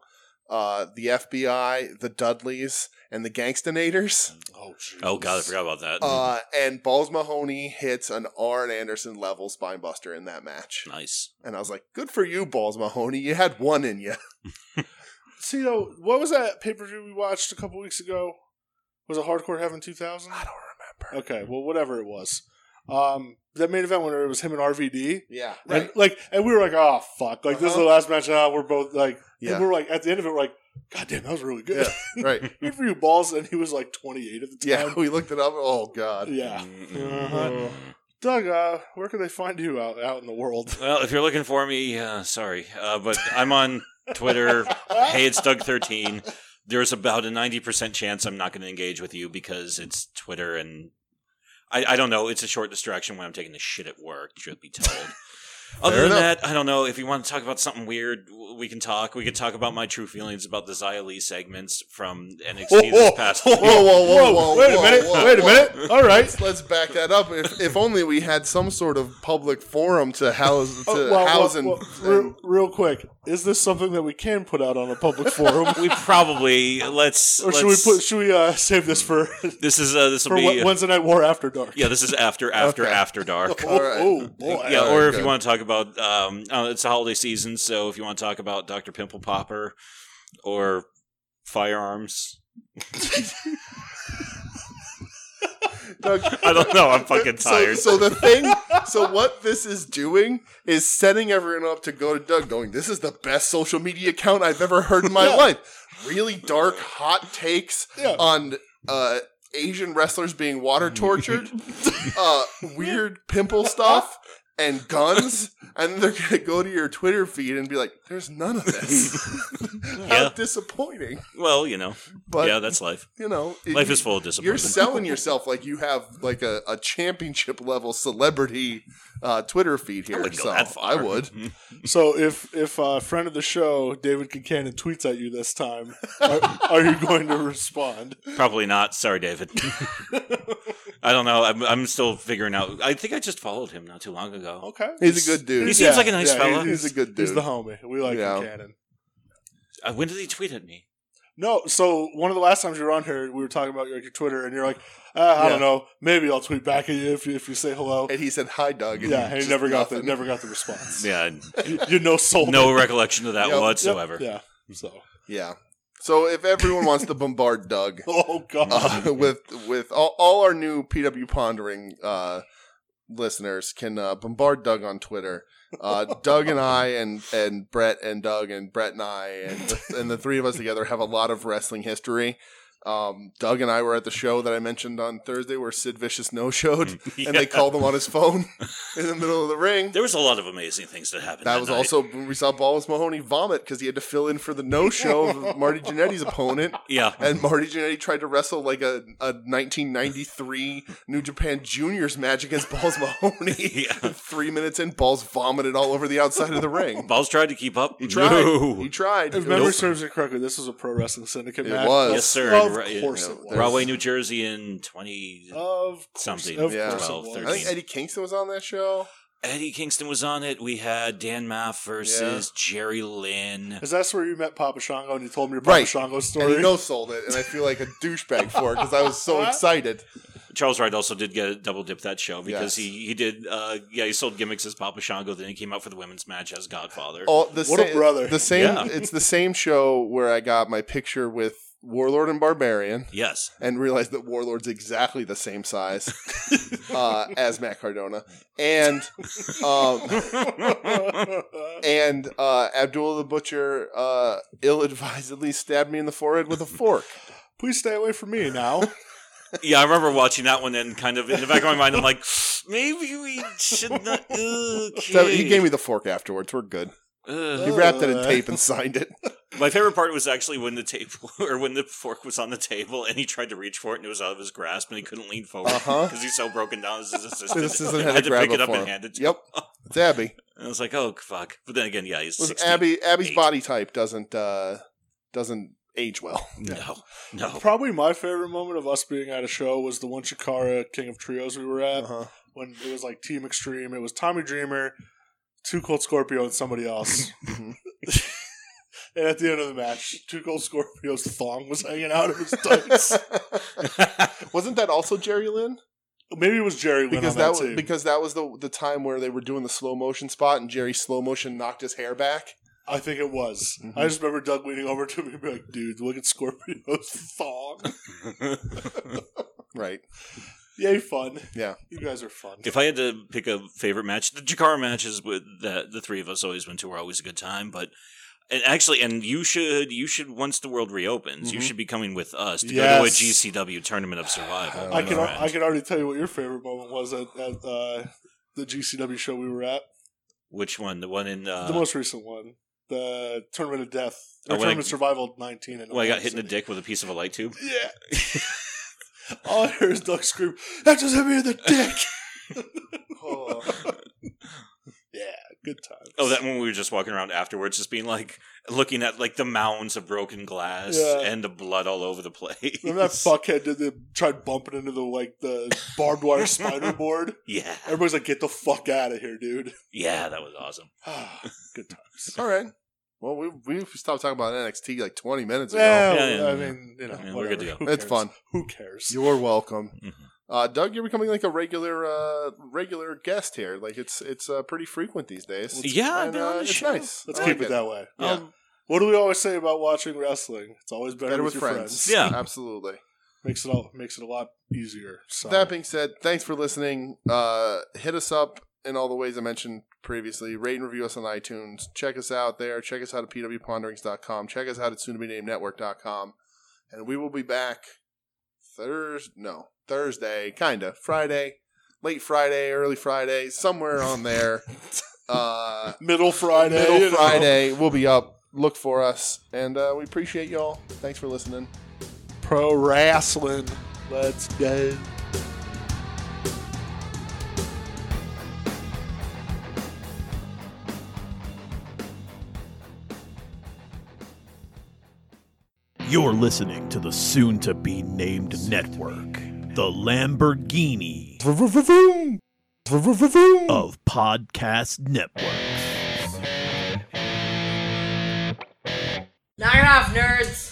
Speaker 1: uh, the FBI, the Dudleys, and the Gangstonators.
Speaker 2: Oh, jeez.
Speaker 3: Oh god, I forgot about that.
Speaker 1: Uh, and Balls Mahoney hits an Arn Anderson level spinebuster in that match.
Speaker 3: nice.
Speaker 1: And I was like, good for you, Balls Mahoney. You had one in you.
Speaker 2: See, though, what was that pay per view we watched a couple weeks ago? Was it Hardcore Heaven 2000?
Speaker 1: I don't remember.
Speaker 2: Okay, well, whatever it was. Um, that main event when it was him and RVD.
Speaker 1: Yeah.
Speaker 2: And, like, and we were like, oh, fuck. Like, this is the
Speaker 1: Uh-huh.
Speaker 2: last match. Now we're both like,
Speaker 1: Yeah.
Speaker 2: and we're like, at the end of it, we're like, God damn, that was really good.
Speaker 1: right.
Speaker 2: Good for you, balls. And *laughs* he was like 28 at the
Speaker 1: Yeah,
Speaker 2: time.
Speaker 1: *laughs* we looked it up. Oh, God.
Speaker 2: Yeah.
Speaker 1: Uh-huh.
Speaker 3: Mm.
Speaker 2: Doug, uh, where can they find you out, out in the world?
Speaker 3: Well, if you're looking for me, uh, sorry, uh, but I'm on Twitter. *laughs* hey, it's Doug13. There's about a 90% chance I'm not going to engage with you because it's Twitter and I, I don't know. It's a short distraction when I'm taking a shit at work, truth be told.
Speaker 1: *laughs*
Speaker 3: Other
Speaker 1: Fair
Speaker 3: than
Speaker 1: enough.
Speaker 3: that, I don't know. If you want to talk about something weird, w- we can talk. We can talk about my true feelings about the Xia Li segments from NXT this past
Speaker 1: whoa,
Speaker 3: week.
Speaker 1: whoa, whoa, whoa, whoa,
Speaker 2: wait a
Speaker 1: whoa,
Speaker 2: minute.
Speaker 1: whoa,
Speaker 2: wait a
Speaker 1: whoa.
Speaker 2: minute.
Speaker 1: *laughs*
Speaker 2: All right.
Speaker 1: Let's, let's back that up. If, if only we had some sort of public forum to house to
Speaker 2: Oh, well,
Speaker 1: house
Speaker 2: well,
Speaker 1: and,
Speaker 2: well,
Speaker 1: and
Speaker 2: real, real quick, is this something that we can put out on a public
Speaker 1: *laughs*
Speaker 2: forum,
Speaker 3: We probably let's.
Speaker 2: or should we
Speaker 3: let's-
Speaker 2: put? Should we uh, save
Speaker 1: *laughs*
Speaker 2: this for
Speaker 3: This is uh, this
Speaker 2: for
Speaker 3: will be
Speaker 2: Wed- Wednesday night war after dark?
Speaker 3: yeah. This is after after
Speaker 1: Okay. *laughs*
Speaker 3: after dark.
Speaker 2: Oh,
Speaker 1: All right.
Speaker 2: oh, boy.
Speaker 3: yeah,
Speaker 1: All
Speaker 3: or
Speaker 1: right,
Speaker 3: if you
Speaker 1: good.
Speaker 3: want to talk about, um, uh, it's the holiday season, so if you want to talk about Doctor Pimple Popper or firearms,
Speaker 1: Doug,
Speaker 3: I don't know. I'm
Speaker 1: *laughs*
Speaker 3: fucking
Speaker 1: so-
Speaker 3: tired.
Speaker 1: So, the
Speaker 3: *laughs*
Speaker 1: thing, so what this is doing is setting everyone up to go to Doug, going, "This is the best social media account I've ever heard in my
Speaker 2: Yeah.
Speaker 1: life." Really dark, hot takes
Speaker 2: Yeah.
Speaker 1: on uh, Asian wrestlers being water tortured,
Speaker 3: *laughs*
Speaker 1: uh, weird pimple stuff, and guns. And they're gonna go to your Twitter feed and be like, "There's none of
Speaker 3: *laughs*
Speaker 1: this." How
Speaker 3: Yeah.
Speaker 1: disappointing!
Speaker 3: well, you know,
Speaker 1: But
Speaker 3: yeah, that's life.
Speaker 1: you know, it-
Speaker 3: Life
Speaker 1: you-
Speaker 3: is full of
Speaker 1: you're
Speaker 3: disappointment. *laughs*
Speaker 1: selling yourself like you have like a, a championship level celebrity uh, Twitter feed here.
Speaker 3: wouldn't go
Speaker 1: so
Speaker 3: that far.
Speaker 1: I would.
Speaker 2: So if if a friend of the show David Kincannon tweets at you this time, are, are
Speaker 1: *laughs*
Speaker 2: you going to respond?
Speaker 3: *laughs* Probably not. Sorry, David. *laughs* I don't know. I'm, I'm still figuring out. I think I just followed him not too long ago.
Speaker 2: Okay,
Speaker 1: He's a good dude.
Speaker 3: He seems like a nice fella.
Speaker 1: He's a good
Speaker 2: He's
Speaker 1: dude.
Speaker 2: the homie. We like
Speaker 1: Yeah.
Speaker 2: Kincannon.
Speaker 3: Uh, when did he tweet at me?
Speaker 2: No, so one of the last times you were on here, we were talking about your, your Twitter, and you're like, uh, I
Speaker 1: Yeah.
Speaker 2: don't know, maybe I'll tweet back at you if you, if you say hello.
Speaker 1: And he said hi, Doug.
Speaker 2: yeah, and
Speaker 1: just
Speaker 2: you never got the
Speaker 1: nothing.
Speaker 2: never got the response.
Speaker 3: Yeah,
Speaker 1: *laughs*
Speaker 2: you, *laughs* you know, soul
Speaker 3: no recollection of that
Speaker 1: Oh. Yep.
Speaker 3: whatsoever.
Speaker 2: Yeah. So, *laughs*
Speaker 1: Yeah. So if everyone wants to bombard Doug
Speaker 2: oh god,
Speaker 1: uh, with with all, all our new PW pondering uh, listeners can uh, bombard Doug on Twitter. Uh, Doug and I and and Brett and Doug and Brett and I and the, and the three of us together have a lot of wrestling history. Um, Doug and I were at the show that I mentioned on Thursday where Sid Vicious no showed, and they
Speaker 3: Yeah.
Speaker 1: called him on his phone in the middle of the ring.
Speaker 3: There was a lot of amazing things that happened. That,
Speaker 1: That was
Speaker 3: night.
Speaker 1: also when we saw Balls Mahoney vomit because he had to fill in for the no show of Marty Jannetty's opponent.
Speaker 3: yeah.
Speaker 1: And Marty Jannetty tried to wrestle like a, a 1993 New Japan Juniors match against
Speaker 3: *laughs*
Speaker 1: Balls Mahoney.
Speaker 3: Yeah.
Speaker 1: *laughs* Three minutes in, Balls vomited all over the outside of the
Speaker 3: *laughs*
Speaker 1: ring.
Speaker 3: Balls tried to keep up.
Speaker 1: He tried.
Speaker 3: No.
Speaker 1: He tried.
Speaker 2: if
Speaker 1: It
Speaker 2: memory
Speaker 1: was-
Speaker 2: serves me correctly, this was a pro wrestling syndicate
Speaker 1: It
Speaker 2: match.
Speaker 1: was.
Speaker 3: Yes, sir.
Speaker 2: Of
Speaker 3: Right, you
Speaker 2: course
Speaker 1: know,
Speaker 2: it was.
Speaker 1: there's-
Speaker 3: Broadway, New Jersey in 20.
Speaker 1: Oh.
Speaker 2: Of course-
Speaker 3: Something.
Speaker 2: Of
Speaker 1: Yeah.
Speaker 2: course it
Speaker 3: 12,
Speaker 2: was.
Speaker 3: 13.
Speaker 1: I think Eddie Kingston was on that show.
Speaker 3: Eddie Kingston was on it. We had Dan Maff versus Jerry Lynn.
Speaker 2: Is that where you met Papa Shango and you told me your Papa
Speaker 1: Right.
Speaker 2: Shango
Speaker 1: And
Speaker 2: story?
Speaker 1: he no sold it, and I feel like a douchebag for it because I was so excited.
Speaker 3: Charles Wright also did get a double dip that show because
Speaker 1: Yes.
Speaker 3: he, he did, uh, yeah, he sold gimmicks as Papa Shango. Then he came out for the women's match as Godfather.
Speaker 1: All the
Speaker 2: What a
Speaker 1: sa-
Speaker 2: brother.
Speaker 1: The same.
Speaker 3: Yeah.
Speaker 1: It's the same show where I got my picture with Warlord and Barbarian.
Speaker 3: Yes.
Speaker 1: and realized that Warlord's exactly the same *laughs* size uh, as Matt Cardona, and um, and uh, Abdullah the Butcher uh, ill-advisedly stabbed me in the forehead with a fork.
Speaker 2: *laughs* Please stay away from me
Speaker 1: *laughs*
Speaker 2: now.
Speaker 3: Yeah, I remember watching that one and kind of in the back of my mind, I'm like, maybe we
Speaker 1: *laughs*
Speaker 3: should not. Okay.
Speaker 1: So he gave me the fork afterwards. We're good.
Speaker 3: Ugh.
Speaker 1: He wrapped it in tape and signed *laughs* it.
Speaker 3: My favorite part was actually when the table *laughs* or when the fork was on the table and he tried to reach for it and it was out of his grasp and he couldn't lean forward because
Speaker 1: Uh-huh.
Speaker 3: he's so broken down as his assistant.
Speaker 1: This isn't
Speaker 3: had to
Speaker 1: grab
Speaker 3: pick it
Speaker 1: it
Speaker 3: up
Speaker 1: for
Speaker 3: and
Speaker 1: him.
Speaker 3: hand it to
Speaker 1: Yep, it's
Speaker 3: *laughs*
Speaker 1: Abby.
Speaker 3: And I was like, oh fuck! But then again, yeah, he's
Speaker 1: Listen,
Speaker 3: 60.
Speaker 1: Abby. Abby's
Speaker 3: eight.
Speaker 1: body type doesn't uh, doesn't age well.
Speaker 3: No,
Speaker 1: Oh.
Speaker 3: no.
Speaker 2: Probably my favorite moment of us being at a show was the one Chikara King of Trios we were
Speaker 1: *laughs*
Speaker 2: at
Speaker 1: Uh-huh.
Speaker 2: when it was like Team Extreme.
Speaker 1: *laughs*
Speaker 2: It was Tommy Dreamer, Two Cold Scorpio, and somebody else.
Speaker 1: Mhm.
Speaker 2: And at the end of the match, two gold Scorpio's thong was hanging out of his
Speaker 3: *laughs*
Speaker 2: tights.
Speaker 1: *laughs* Wasn't that also Jerry Lynn?
Speaker 2: *laughs* Maybe it was Jerry Lynn
Speaker 1: Because
Speaker 2: on
Speaker 1: that
Speaker 2: that,
Speaker 1: was
Speaker 2: team.
Speaker 1: because that was the the time where they were doing the slow motion spot, and Jerry slow motion knocked his hair back.
Speaker 2: I think it was.
Speaker 1: Mhm.
Speaker 2: I just remember Doug leaning over to me and be like, dude, look at Scorpio's *laughs* thong.
Speaker 1: Right.
Speaker 2: Yay, fun.
Speaker 1: Yeah.
Speaker 2: You guys are fun.
Speaker 3: if I had to pick a favorite match, the Jakar matches with the the three of us always went to were always a good time. But and actually, and you should you should once the world reopens, you
Speaker 1: Mhm.
Speaker 3: should be coming with us to go to a
Speaker 2: Yes.
Speaker 3: GCW tournament of survival.
Speaker 2: I
Speaker 1: my
Speaker 2: can
Speaker 3: Alright.
Speaker 2: I can already tell you what your favorite moment was at, at uh, the GCW show we were at.
Speaker 3: Which one? The one in uh,
Speaker 2: the most recent one, the Tournament of Death,
Speaker 3: Oh,
Speaker 2: or
Speaker 3: when I-
Speaker 2: Tournament of Survival 19. in
Speaker 3: when I got
Speaker 2: Oklahoma
Speaker 3: hit in the
Speaker 2: City.
Speaker 3: dick with a piece of a light tube.
Speaker 2: Yeah. *laughs* All I hear is Doug scream, that just hit me in the
Speaker 3: *laughs*
Speaker 2: dick.
Speaker 1: Oh.
Speaker 2: *laughs* yeah, good times.
Speaker 3: Oh, that one we were just walking around afterwards, just being like looking at like the mounds of broken glass
Speaker 2: Yeah.
Speaker 3: and the blood all over the *laughs* place.
Speaker 2: Remember that fuckhead did the, tried bumping into the like the barbed wire spider
Speaker 3: *laughs*
Speaker 2: board?
Speaker 3: Yeah,
Speaker 2: Everybody's like, get the fuck out of here, dude. *sighs*
Speaker 3: yeah, that was awesome.
Speaker 2: good times.
Speaker 1: All right. Well, we we stopped talking about NXT like twenty minutes ago.
Speaker 2: Well,
Speaker 3: Yeah, yeah,
Speaker 2: I
Speaker 3: yeah.
Speaker 2: mean, you know,
Speaker 3: Yeah, we're good to
Speaker 2: whatever.
Speaker 3: go.
Speaker 2: Who
Speaker 1: It's
Speaker 2: cares? *laughs*
Speaker 1: fun.
Speaker 2: Who cares?
Speaker 1: You're welcome.
Speaker 3: Mhm.
Speaker 1: Uh, Doug, you're becoming like a regular uh, regular guest here. Like it's it's uh, pretty frequent these days.
Speaker 3: Yeah, I've
Speaker 1: And,
Speaker 3: been
Speaker 1: uh,
Speaker 3: on the
Speaker 1: it's
Speaker 3: show.
Speaker 1: nice.
Speaker 2: Let's
Speaker 1: I
Speaker 2: keep
Speaker 1: like
Speaker 2: it that way.
Speaker 1: Yeah.
Speaker 2: Um, what do we always say about watching wrestling? It's always better,
Speaker 1: Better
Speaker 2: with,
Speaker 1: with
Speaker 2: your
Speaker 1: friends.
Speaker 2: friends.
Speaker 3: Yeah.
Speaker 1: Absolutely.
Speaker 2: makes it all makes it a lot easier. So
Speaker 1: That being said, thanks for listening. Uh, hit us up in all the ways I mentioned previously. Rate and review us on iTunes. Check us out there. Check us out at pwponderings.com. Check us out at soon-to-be-named-network.com. And we will be back Thursday. No, Thursday, kind of. Friday, late Friday, early Friday, somewhere on there. uh,
Speaker 2: middle Friday, you
Speaker 1: middle
Speaker 2: know.
Speaker 1: Friday, we'll be up. Look for us. And uh, we appreciate y'all. Thanks for listening.
Speaker 2: pro wrestling. Let's go.
Speaker 4: You're listening to the soon to be named network, the Lamborghini of podcast networks.
Speaker 5: Knock it off, nerds!